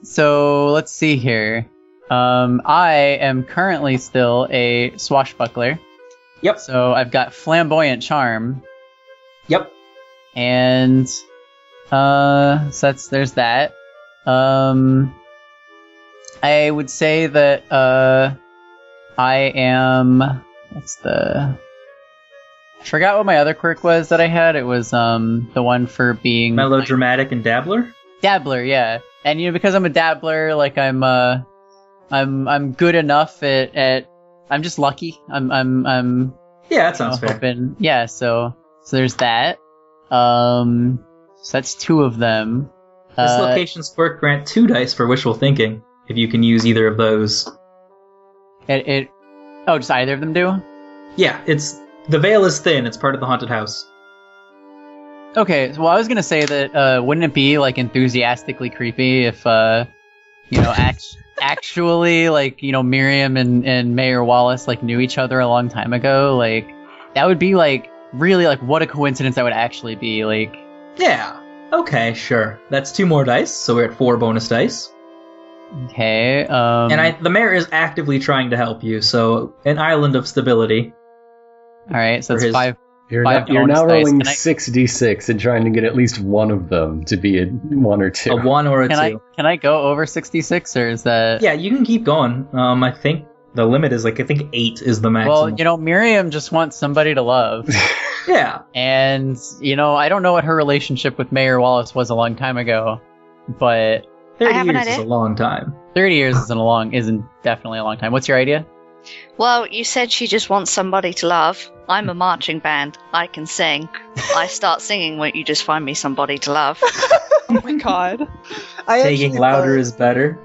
Speaker 2: So let's see here. Um, I am currently still a swashbuckler.
Speaker 1: Yep.
Speaker 2: So I've got flamboyant charm,
Speaker 1: Yep.
Speaker 2: and uh, so that's there's that. Um, I would say that uh, I am. What's the? I forgot what my other quirk was that I had. It was um the one for being
Speaker 1: Melodramatic and dabbler.
Speaker 2: dabbler yeah and you know because i'm a dabbler like i'm uh i'm i'm good enough at at i'm just lucky i'm i'm i'm
Speaker 1: Yeah, that sounds
Speaker 2: you know,
Speaker 1: fair.
Speaker 2: hoping- yeah so so there's that um so that's two of them
Speaker 1: This
Speaker 2: Uh,
Speaker 1: location's quirk grant two dice for wishful thinking if you can use either of those.
Speaker 2: it, it oh just either of them do
Speaker 1: Yeah, it's the veil is thin. It's part of the haunted house.
Speaker 2: okay well i was gonna say that uh wouldn't it be like enthusiastically creepy if uh you know act- actually like you know miriam and and mayor wallace like knew each other a long time ago like that would be like really like what a coincidence that would actually be like
Speaker 1: Yeah. Okay, sure. That's two more dice, so we're at four bonus dice.
Speaker 2: okay um
Speaker 1: and I, the mayor is actively trying to help you, so an island of stability.
Speaker 2: all right so
Speaker 1: for
Speaker 2: it's
Speaker 1: his-
Speaker 2: five
Speaker 3: you're,
Speaker 2: Five
Speaker 3: now, you're
Speaker 2: bonus
Speaker 3: now
Speaker 2: dice,
Speaker 3: rolling
Speaker 2: and I-
Speaker 3: 6d6 and trying to get at least one of them to be a one or two.
Speaker 1: A one or a
Speaker 2: can i
Speaker 1: two.
Speaker 2: can i go over 66 or is that
Speaker 1: Yeah, you can keep going. Um, I think the limit is like I think eight is the maximum.
Speaker 2: well you know miriam just wants somebody to love
Speaker 1: yeah.
Speaker 2: And, you know, I don't know what her relationship with Mayor Wallace was a long time ago, but
Speaker 5: I have
Speaker 1: Thirty
Speaker 5: an
Speaker 1: years is a
Speaker 5: idea.
Speaker 1: long time.
Speaker 2: 30 years isn't a long, isn't definitely a long time. What's your idea?
Speaker 5: Well, you said she just wants somebody to love. I'm a marching band. I can sing. I start singing, won't you just find me somebody to love?
Speaker 4: Oh my god.
Speaker 6: I
Speaker 1: Taking
Speaker 6: actually
Speaker 1: louder
Speaker 6: thought-
Speaker 1: is better.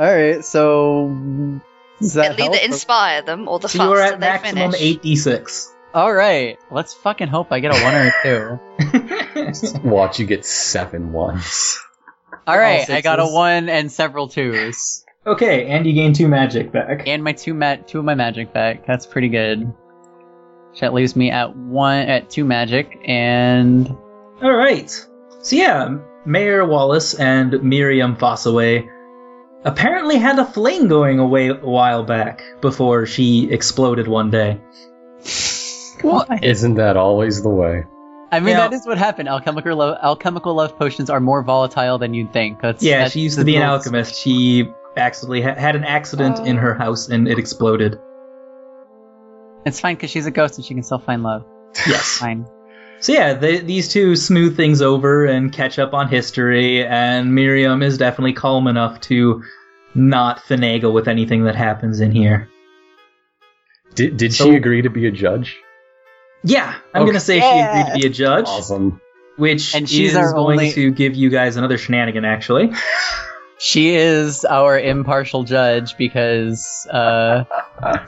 Speaker 2: All right, so does that
Speaker 5: It'll either
Speaker 2: help?
Speaker 5: inspire them or the
Speaker 1: so you are
Speaker 5: faster
Speaker 1: at
Speaker 5: they
Speaker 1: maximum
Speaker 5: finish.
Speaker 1: eight d six.
Speaker 2: All right, let's fucking hope I get a one or a two.
Speaker 3: Watch you get seven ones.
Speaker 2: All right,
Speaker 6: All
Speaker 2: I got a
Speaker 6: sixes.
Speaker 2: one and several twos,
Speaker 1: Okay, and you gain two magic back.
Speaker 2: and my two ma- two of my magic back. That's pretty good. That leaves me at one at two magic, and
Speaker 1: All right. So yeah, Mayor Wallace and Miriam Fossaway apparently had a fling going away a while back before she exploded one day.
Speaker 3: Isn't that always the way?
Speaker 2: I mean
Speaker 1: Now-
Speaker 2: that is what happened. Alchemical love, alchemical love potions are more volatile than you'd think. That's
Speaker 1: Yeah,
Speaker 2: that's
Speaker 1: she used
Speaker 2: the
Speaker 1: to be an
Speaker 2: rules.
Speaker 1: alchemist. She accidentally ha- had an accident in her house and it exploded.
Speaker 2: It's fine because she's a ghost and she can still find love.
Speaker 1: Yes.
Speaker 2: Fine.
Speaker 1: So yeah, they, these two smooth things over and catch up on history, and Miriam is definitely calm enough to not finagle with anything that happens in here.
Speaker 3: Did, did
Speaker 1: So-
Speaker 3: she agree to be a judge?
Speaker 1: Yeah, I'm
Speaker 3: Okay.
Speaker 1: gonna say she agreed to be a judge,
Speaker 3: Awesome.
Speaker 1: which
Speaker 2: And she's
Speaker 1: is
Speaker 2: our
Speaker 1: going
Speaker 2: only-
Speaker 1: to give you guys another shenanigan. Actually,
Speaker 2: She is our impartial judge because uh,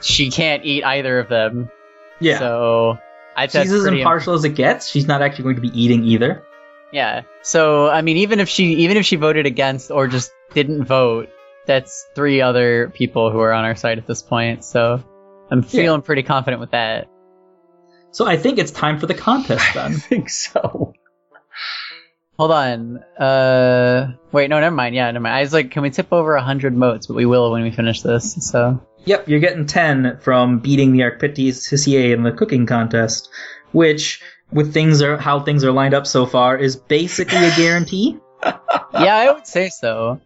Speaker 2: she can't eat either of them.
Speaker 1: yeah,
Speaker 2: So I that's
Speaker 1: she's as
Speaker 2: pretty
Speaker 1: impartial as it gets. She's not actually going to be eating either.
Speaker 2: Yeah. So I mean, even if she even if she voted against or just didn't vote, that's three other people who are on our side at this point. So I'm feeling pretty confident with that.
Speaker 1: So I think it's time for the contest
Speaker 3: I
Speaker 1: then.
Speaker 3: think so.
Speaker 2: Hold on. Uh, wait, no, never mind. Yeah, never mind. I was like, can we tip over a hundred moats? But we will when we finish this. So
Speaker 1: yep, you're getting ten from beating the Arcpites Hissier in the cooking contest, which, with things are how things are lined up so far, is basically a guarantee.
Speaker 2: yeah, I would say so.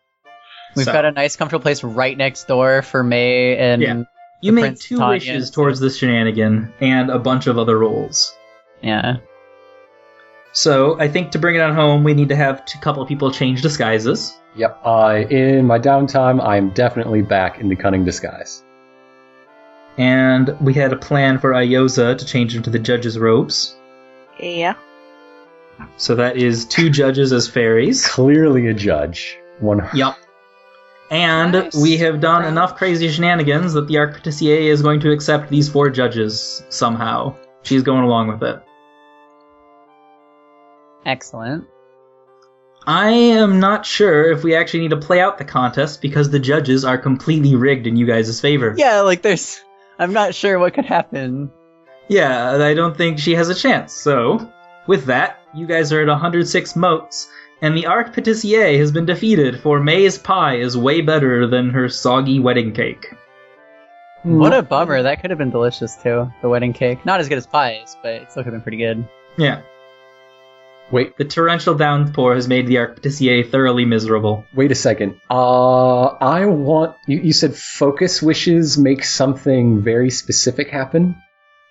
Speaker 2: We've
Speaker 1: So.
Speaker 2: got a nice, comfortable place right next door for May and
Speaker 1: Yeah. You
Speaker 2: The
Speaker 1: make
Speaker 2: Prince
Speaker 1: two
Speaker 2: Tanya.
Speaker 1: wishes towards this shenanigan and a bunch of other rolls.
Speaker 2: yeah.
Speaker 1: So I think to bring it on home, we need to have a couple of people change disguises.
Speaker 3: Yep. Uh, in my downtime, I'm definitely back into cunning disguise.
Speaker 1: And we had a plan for Ioza to change into the judge's robes.
Speaker 5: Yeah.
Speaker 1: So that is two judges as fairies.
Speaker 3: Clearly a judge. One.
Speaker 1: Yup. And
Speaker 4: Nice.
Speaker 1: we have done
Speaker 4: Wow.
Speaker 1: enough crazy shenanigans that the Arcpetissier is going to accept these four judges somehow. She's going along with it.
Speaker 2: Excellent.
Speaker 1: I am not sure if we actually need to play out the contest because the judges are completely rigged in you guys' favor.
Speaker 2: Yeah, like there's. I'm not sure what could happen.
Speaker 1: Yeah, I don't think she has a chance. So, with that, you guys are at 106 moats, and the Arc Patissier has been defeated, for May's pie is way better than her soggy wedding cake.
Speaker 2: What a bummer. That could have been delicious too. The wedding cake. Not as good as pies, but it still could have been pretty good.
Speaker 1: Yeah,
Speaker 3: Wait.
Speaker 1: the torrential downpour has made the Arc Patissier thoroughly miserable.
Speaker 3: Wait a second. Uh, I want. You, you said focus wishes make something very specific happen.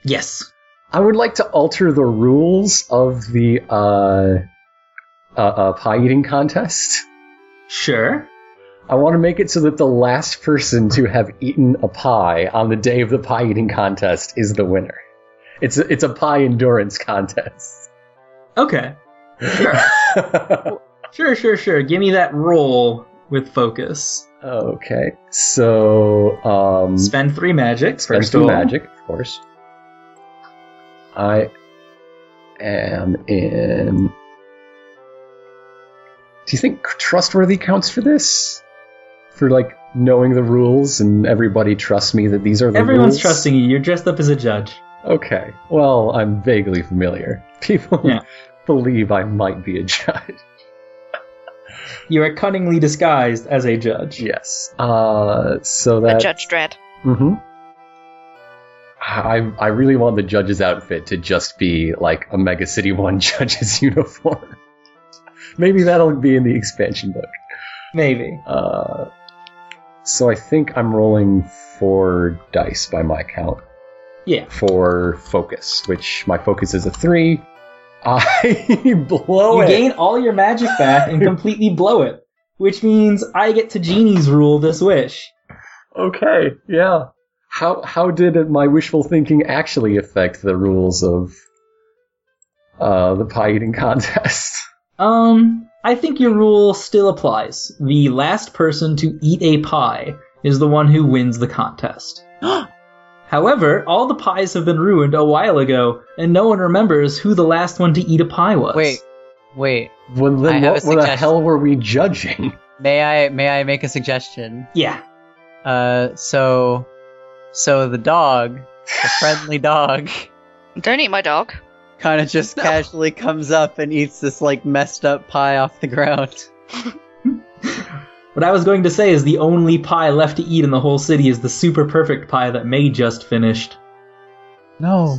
Speaker 1: Yes.
Speaker 3: I would like to alter the rules of the uh, uh, uh, pie eating contest.
Speaker 1: Sure.
Speaker 3: I want to make it so that the last person to have eaten a pie on the day of the pie eating contest is the winner. It's a, it's a pie endurance contest.
Speaker 1: Okay. Sure. sure, sure, sure. Give me that roll with focus.
Speaker 3: okay, so um,
Speaker 1: Spend three magic.
Speaker 3: Spend
Speaker 1: First
Speaker 3: some
Speaker 1: of all.
Speaker 3: magic, of course. I am in. Do you think trustworthy counts for this? For like knowing the rules and everybody trusts me that these are the
Speaker 1: Everyone's
Speaker 3: rules?
Speaker 1: trusting you. You're dressed up as a judge.
Speaker 3: Okay. Well, I'm vaguely familiar. People
Speaker 1: Yeah.
Speaker 3: believe I might be a judge.
Speaker 1: You are cunningly disguised as a judge.
Speaker 3: Yes. Uh, so that.
Speaker 5: But Judge Dredd.
Speaker 3: Mm-hmm. I I really want the judge's outfit to just be like a Mega City One judge's uniform. Maybe that'll be in the expansion book.
Speaker 1: Maybe.
Speaker 3: Uh, so I think I'm rolling four dice by my count
Speaker 1: Yeah.
Speaker 3: for focus, which my focus is a three. I blow
Speaker 1: you
Speaker 3: it.
Speaker 1: gain all your magic back and completely blow it, which means I get to Genie's rule this wish.
Speaker 3: Okay, yeah. How how did my wishful thinking actually affect the rules of uh, the pie eating contest?
Speaker 1: Um, I think your rule still applies. The last person to eat a pie is the one who wins the contest. However, all the pies have been ruined a while ago, and no one remembers who the last one to eat a pie was.
Speaker 2: Wait, Wait,
Speaker 3: Well,
Speaker 2: I
Speaker 3: then
Speaker 2: have
Speaker 3: what
Speaker 2: a
Speaker 3: what the
Speaker 2: suggestion.
Speaker 3: hell were we judging?
Speaker 2: may I may I make a suggestion?
Speaker 1: Yeah.
Speaker 2: Uh, so, so the dog, the friendly dog,
Speaker 5: Don't eat my dog.
Speaker 2: kind of just casually comes up and eats this like messed up pie off the ground.
Speaker 1: What I was going to say is the only pie left to eat in the whole city is the super perfect pie that May just finished.
Speaker 2: No.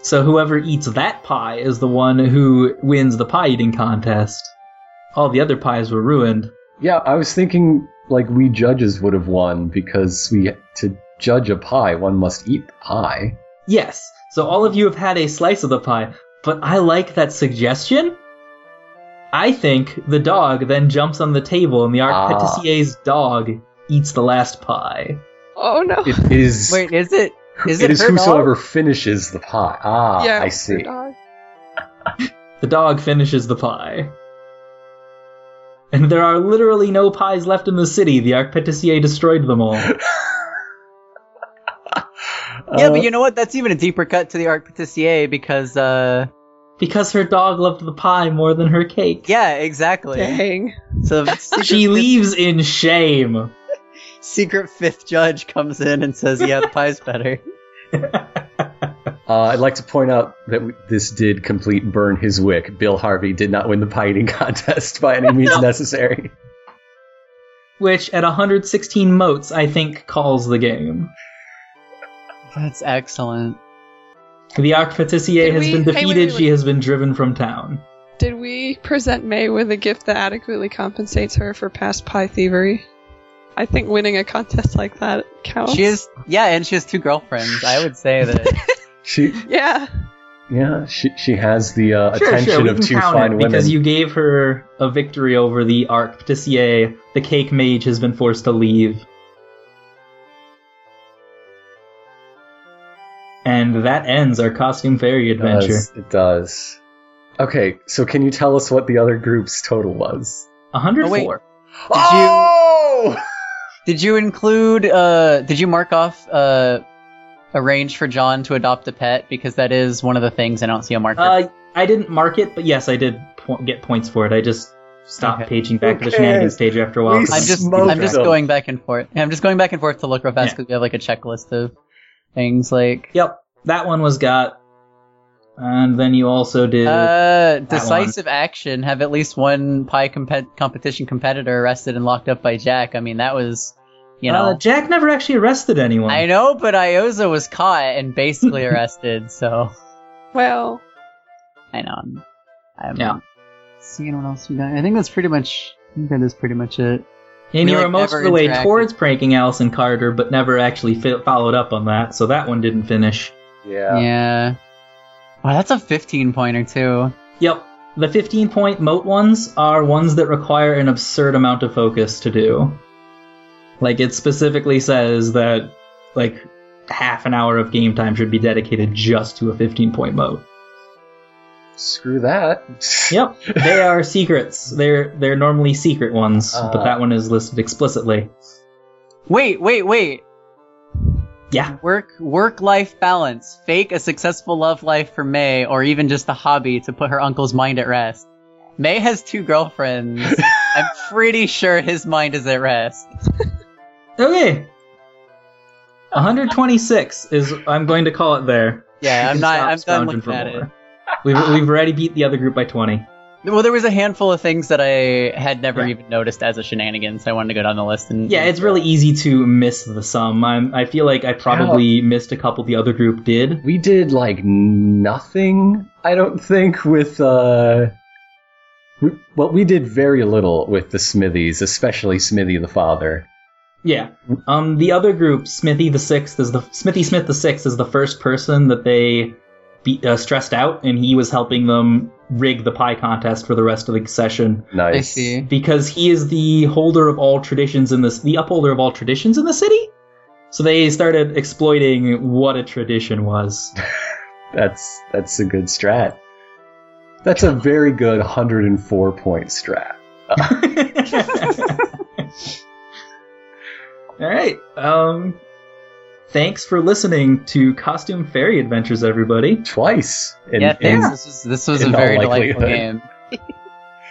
Speaker 1: So whoever eats that pie is the one who wins the pie eating contest. All the other pies were ruined.
Speaker 3: Yeah, I was thinking like we judges would have won because we to judge a pie, one must eat the pie.
Speaker 1: Yes, so all of you have had a slice of the pie, but I like that suggestion. I think the dog then jumps on the table and the Arcpetissier's dog eats the last pie.
Speaker 4: Oh no.
Speaker 3: It is
Speaker 2: Wait, is it? Is it,
Speaker 3: it is
Speaker 2: her
Speaker 3: whosoever
Speaker 2: dog?
Speaker 3: finishes the pie. Ah,
Speaker 4: yeah,
Speaker 3: I see.
Speaker 4: dog.
Speaker 1: The dog finishes the pie. And there are literally no pies left in the city. The Arcpetissier destroyed them all.
Speaker 2: Yeah, but you know what? That's even a deeper cut to the Arc Patissier because, uh,
Speaker 1: Because her dog loved the pie more than her cake.
Speaker 2: yeah, exactly.
Speaker 4: Dang.
Speaker 2: So secret,
Speaker 1: She
Speaker 2: fifth,
Speaker 1: leaves in shame.
Speaker 2: secret fifth judge comes in and says, "Yeah, the pie's better."
Speaker 3: Uh, I'd like to point out that w- this did complete burn his wick. Bill Harvey did not win the pie eating contest by any means necessary.
Speaker 1: Which, at 116 motes, I think calls the game.
Speaker 2: That's excellent.
Speaker 1: The Arcpetissier
Speaker 4: Did
Speaker 1: has
Speaker 4: we-
Speaker 1: been
Speaker 4: hey, wait,
Speaker 1: defeated.
Speaker 4: wait,
Speaker 1: She
Speaker 4: wait.
Speaker 1: has been driven from town.
Speaker 4: Did we present May with a gift that adequately compensates her for past pie thievery? I think winning a contest like that counts.
Speaker 2: She is, yeah, and she has two girlfriends. I would say that.
Speaker 3: She,
Speaker 4: Yeah.
Speaker 3: yeah, she she has the uh,
Speaker 1: Sure,
Speaker 3: attention
Speaker 1: sure, we
Speaker 3: of
Speaker 1: can
Speaker 3: two
Speaker 1: count
Speaker 3: fine
Speaker 1: it
Speaker 3: women.
Speaker 1: because you gave her a victory over the Arcpetissier. The cake mage has been forced to leave. And that ends our costume fairy
Speaker 3: It
Speaker 1: adventure.
Speaker 3: does, it does. Okay, so can you tell us what the other group's total was?
Speaker 1: 104.
Speaker 3: oh!
Speaker 2: did you include? Uh, did you mark off uh, a range for John to adopt a pet? Because that is one of the things I don't see a marker.
Speaker 1: uh, I didn't mark it, but yes, I did po- get points for it. I just stopped
Speaker 2: Okay.
Speaker 1: paging back to
Speaker 3: Who
Speaker 1: the shenanigans
Speaker 3: cares?
Speaker 1: page after a while.
Speaker 3: We
Speaker 1: 'cause
Speaker 2: I'm just,
Speaker 3: smoked
Speaker 2: I'm just
Speaker 3: them.
Speaker 2: going back and forth. I'm just going back and forth to look real fast
Speaker 1: Yeah.
Speaker 2: because we have like a checklist of things like.
Speaker 1: Yep, that one was got. And then you also did.
Speaker 2: Uh,
Speaker 1: one.
Speaker 2: decisive action. Have at least one pie compet competition competitor arrested and locked up by Jack. I mean, that was, you know,
Speaker 1: Uh, Jack never actually arrested anyone.
Speaker 2: I know, but Ioza was caught and basically arrested, so
Speaker 4: Well,
Speaker 2: I know. I'm, I'm
Speaker 1: Yeah.
Speaker 2: seeing what else we got. I think that's pretty much. I think that is pretty much it.
Speaker 1: And
Speaker 2: We,
Speaker 1: you
Speaker 2: like,
Speaker 1: were most of
Speaker 2: never
Speaker 1: the way
Speaker 2: interacted.
Speaker 1: towards pranking Allison Carter, but never actually fi- followed up on that, so that one didn't finish.
Speaker 3: Yeah.
Speaker 2: Yeah. Wow, that's a 15 pointer too.
Speaker 1: Yep. The 15 point moat ones are ones that require an absurd amount of focus to do. Like, it specifically says that, like, half an hour of game time should be dedicated just to a 15 point moat.
Speaker 3: Screw that.
Speaker 1: Yep. They are secrets. They're, they're normally secret ones, but
Speaker 3: Uh.
Speaker 1: that one is listed explicitly.
Speaker 2: Wait, wait, wait.
Speaker 1: Yeah.
Speaker 2: Work work life balance. Fake a successful love life for May, or even just a hobby to put her uncle's mind at rest. May has two girlfriends. I'm pretty sure his mind is at rest.
Speaker 1: Okay. 126 is I'm going to call it there.
Speaker 2: Yeah, I'm
Speaker 1: You can
Speaker 2: not.
Speaker 1: stop
Speaker 2: I'm done
Speaker 1: scrounging
Speaker 2: looking
Speaker 1: for
Speaker 2: at it.
Speaker 1: more. We've we've already beat the other group by 20.
Speaker 2: Well, there was a handful of things that I had never
Speaker 1: Yeah.
Speaker 2: even noticed as a shenanigans. I wanted to go down the list and
Speaker 1: Yeah, it's really easy to miss the sum. I'm, I feel like I probably missed a couple the other group did.
Speaker 3: We did like nothing, I don't think, with uh we, well, we did very little with the Smithies, especially Smithy the father.
Speaker 1: Yeah. Um, the other group, Smithy the Sixth, is the Smithy Smith the Sixth is the first person that they beat, uh, stressed out, and he was helping them rig the pie contest for the rest of the session.
Speaker 3: Nice.
Speaker 2: I see.
Speaker 1: because he is the holder of all traditions in this the upholder of all traditions in the city so they started exploiting what a tradition was
Speaker 3: That's that's a good strat. That's a very good 104 point strat.
Speaker 1: all right um thanks for listening to costume fairy adventures everybody
Speaker 3: Twice. in-
Speaker 2: yeah,
Speaker 3: in-
Speaker 2: thanks. This was, this was a
Speaker 3: in all
Speaker 2: very delightful
Speaker 3: likelihood.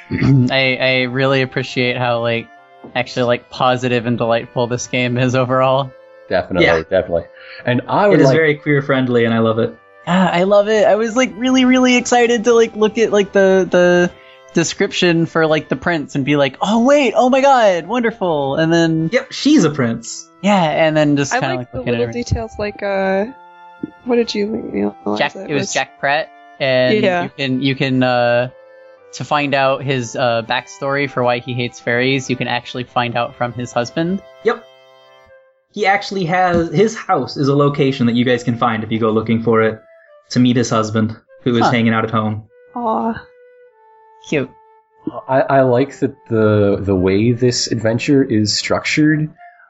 Speaker 2: game. I I really appreciate how like actually like positive and delightful this game is overall.
Speaker 3: Definitely,
Speaker 1: Yeah.
Speaker 3: definitely. And I would
Speaker 1: It is
Speaker 3: like
Speaker 1: very queer friendly, and I love it.
Speaker 2: Ah, I love it. I was like really really excited to like look at like the the description for like the prince and be like, "Oh wait, oh my god, wonderful." And then
Speaker 1: Yep, she's a prince.
Speaker 2: yeah, and then just
Speaker 4: I
Speaker 2: kind of
Speaker 4: like
Speaker 2: like,
Speaker 4: the
Speaker 2: looking
Speaker 4: little
Speaker 2: at it.
Speaker 4: details, like uh, what did you link me on?
Speaker 2: Jack it was Jack Pratt and
Speaker 4: Yeah.
Speaker 2: you can you can uh to find out his uh, backstory for why he hates fairies, you can actually find out from his husband.
Speaker 1: He actually has his house is a location that you guys can find if you go looking for it to meet his husband, who is
Speaker 2: Huh.
Speaker 1: hanging out at home.
Speaker 4: Aw,
Speaker 2: Cute.
Speaker 3: I, I like that the the way this adventure is structured.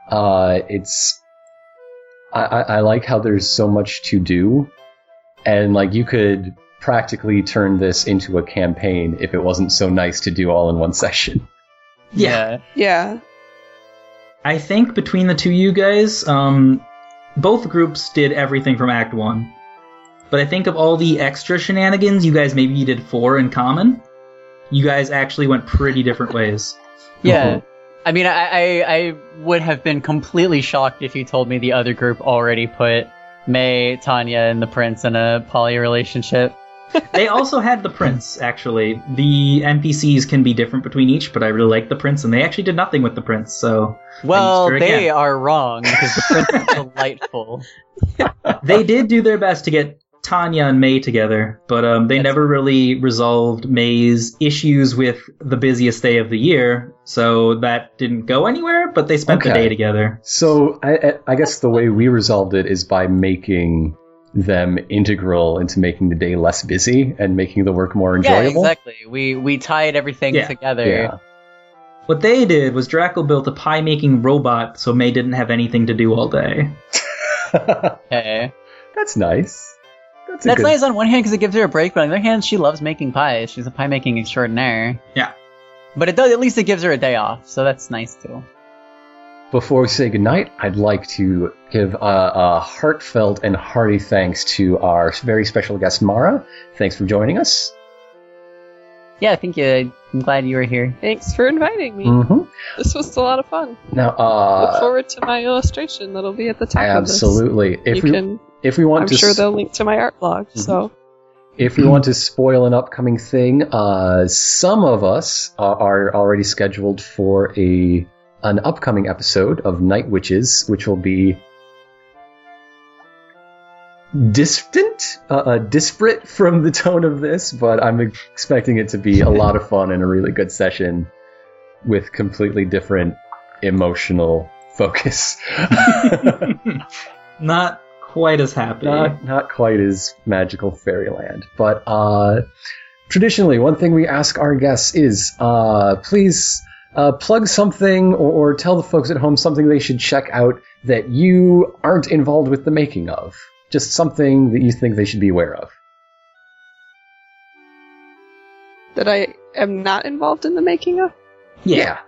Speaker 3: Uh, it's I, I, I like how there's so much to do, and like you could practically turn this into a campaign if it wasn't so nice to do all in one session.
Speaker 1: Yeah.
Speaker 4: yeah.
Speaker 1: I think between the two you guys, um, both groups did everything from Act One. But I think of all the extra shenanigans, you guys maybe did four in common. You guys actually went pretty different ways.
Speaker 2: Yeah. I mean, I, I I would have been completely shocked if you told me the other group already put May, Tanya, and the Prince in a poly relationship.
Speaker 1: they also had the prince actually the npcs can be different between each but i really like the prince and they actually did nothing with the prince so
Speaker 2: Well,
Speaker 1: sure
Speaker 2: they
Speaker 1: again.
Speaker 2: are wrong because the Prince is delightful.
Speaker 1: they did do their best to get tanya and may together but um, they never really resolved may's issues with the busiest day of the year so that didn't go anywhere but they spent the
Speaker 3: Okay.
Speaker 1: day together
Speaker 3: So I, I- I guess the way we resolved it is by making them integral into making the day less busy and making the work more
Speaker 2: Yeah,
Speaker 3: enjoyable.
Speaker 2: exactly. We we tied everything
Speaker 1: Yeah.
Speaker 2: together.
Speaker 3: Yeah.
Speaker 1: what they did was draco built a pie making robot so may didn't have anything to do all day
Speaker 2: Okay.
Speaker 3: That's nice. That's a
Speaker 2: That's
Speaker 3: good
Speaker 2: nice on one hand because it gives her a break, but on the other hand, she loves making pies. She's a pie making extraordinaire.
Speaker 1: Yeah.
Speaker 2: But it does at least it gives her a day off, so that's nice too.
Speaker 3: Before we say goodnight, I'd like to give uh, a heartfelt and hearty thanks to our very special guest, Mara. Thanks for joining us.
Speaker 2: Yeah, I think you. I'm glad you were here.
Speaker 4: Thanks for inviting me.
Speaker 3: Mm-hmm.
Speaker 4: This was a lot of fun.
Speaker 3: Now,
Speaker 4: Look
Speaker 3: uh,
Speaker 4: forward to my illustration that'll be at the top of
Speaker 3: absolutely.
Speaker 4: this.
Speaker 3: If
Speaker 4: you
Speaker 3: we
Speaker 4: can.
Speaker 3: if we want
Speaker 4: I'm
Speaker 3: to
Speaker 4: sure
Speaker 3: s- Mm-hmm.
Speaker 4: they'll link to my art blog. So
Speaker 3: if we want to spoil an upcoming thing, uh, some of us are, are already scheduled for a an upcoming episode of Night Witches, which will be distant, uh, uh, disparate from the tone of this, but I'm expecting it to be a lot of fun and a really good session with completely different emotional focus.
Speaker 1: not quite as happy
Speaker 3: not not quite as magical fairyland but uh traditionally one thing we ask our guests is uh please uh, plug something or, or tell the folks at home something they should check out that you aren't involved with the making of just something that you think they should be aware of
Speaker 4: that I am not involved in the making of.
Speaker 1: yeah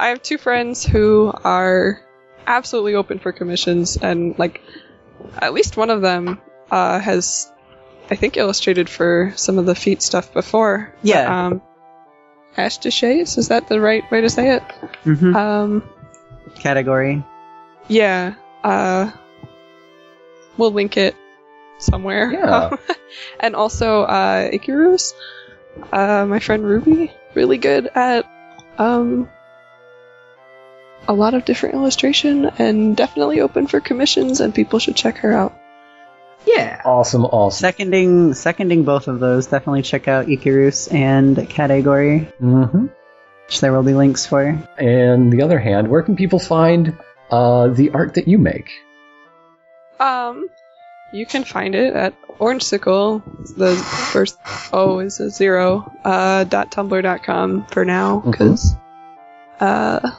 Speaker 4: I have two friends who are absolutely open for commissions, and like at least one of them uh, has, I think, illustrated for some of the feet stuff before.
Speaker 2: Yeah.
Speaker 3: Uh-uh.
Speaker 4: Um, Ash Deshays, is that the right way to say it?
Speaker 2: Mm-hmm.
Speaker 4: Um,
Speaker 2: Category.
Speaker 4: yeah. Uh, we'll link it somewhere.
Speaker 3: Yeah.
Speaker 4: and also uh, Ikiru's, uh, my friend Ruby, really good at um, a lot of different illustration and definitely open for commissions, and people should check her out.
Speaker 1: yeah
Speaker 3: awesome awesome
Speaker 2: Seconding, seconding both of those. Definitely check out Icarus and Category,
Speaker 3: hmm
Speaker 2: which there will be links for.
Speaker 3: and the other hand where can people find uh, the art that you make
Speaker 4: Um, you can find it at Orange Sickle. The first O is a zero. Uh, dot tumblr.com for now because uh,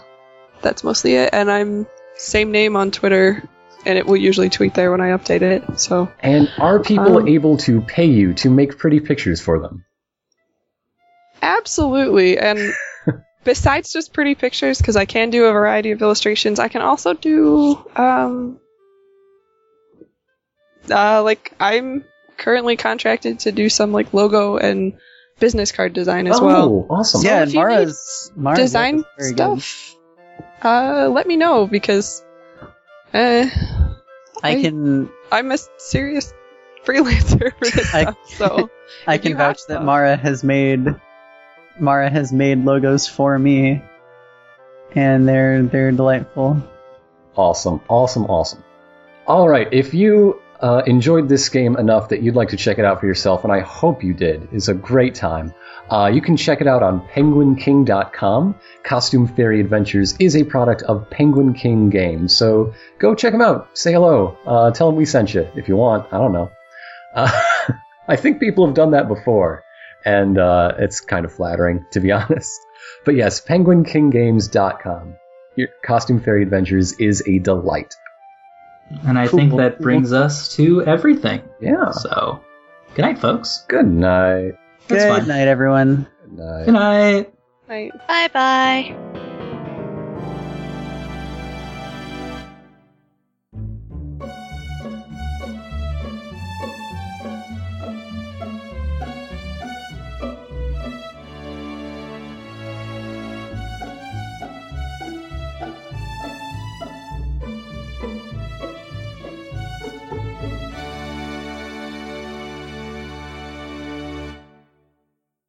Speaker 4: that's mostly it. And I'm same name on Twitter, and it will usually tweet there when I update it. So
Speaker 3: and are people
Speaker 4: Um.
Speaker 3: able to pay you to make pretty pictures for them
Speaker 4: absolutely. And besides just pretty pictures, because I can do a variety of illustrations, I can also do um, uh, like I'm currently contracted to do some like logo and business card design as
Speaker 3: oh,
Speaker 4: well.
Speaker 3: awesome.
Speaker 4: So
Speaker 2: yeah,
Speaker 4: if you need
Speaker 2: Mara's, Mara's work
Speaker 4: design
Speaker 2: is very good.
Speaker 4: stuff. Uh, let me know because uh,
Speaker 2: I can
Speaker 4: I'm a serious freelancer for this
Speaker 2: I-
Speaker 4: stuff. So
Speaker 2: I
Speaker 4: If
Speaker 2: can
Speaker 4: you have
Speaker 2: vouch that
Speaker 4: them.
Speaker 2: Mara has made Mara has made logos for me, and they're they're delightful.
Speaker 3: Awesome, awesome, awesome. All right, if you uh, enjoyed this game enough that you'd like to check it out for yourself, and I hope you did, it's a great time. Uh, you can check it out on penguinking.com. Costume Fairy Adventures is a product of Penguin King Games, so go check them out. Say hello. Uh, tell them we sent you if you want. I don't know. Uh, I think people have done that before, and uh, it's kind of flattering, to be honest. But yes, penguinkinggames.com. Your Costume Fairy Adventures is a delight.
Speaker 1: And I think that brings us to everything.
Speaker 3: Yeah.
Speaker 1: So, good night, folks.
Speaker 3: Good night.
Speaker 1: That's
Speaker 2: good
Speaker 1: fine.
Speaker 2: night, everyone.
Speaker 3: Good night.
Speaker 1: Good night.
Speaker 4: I
Speaker 5: Bye bye.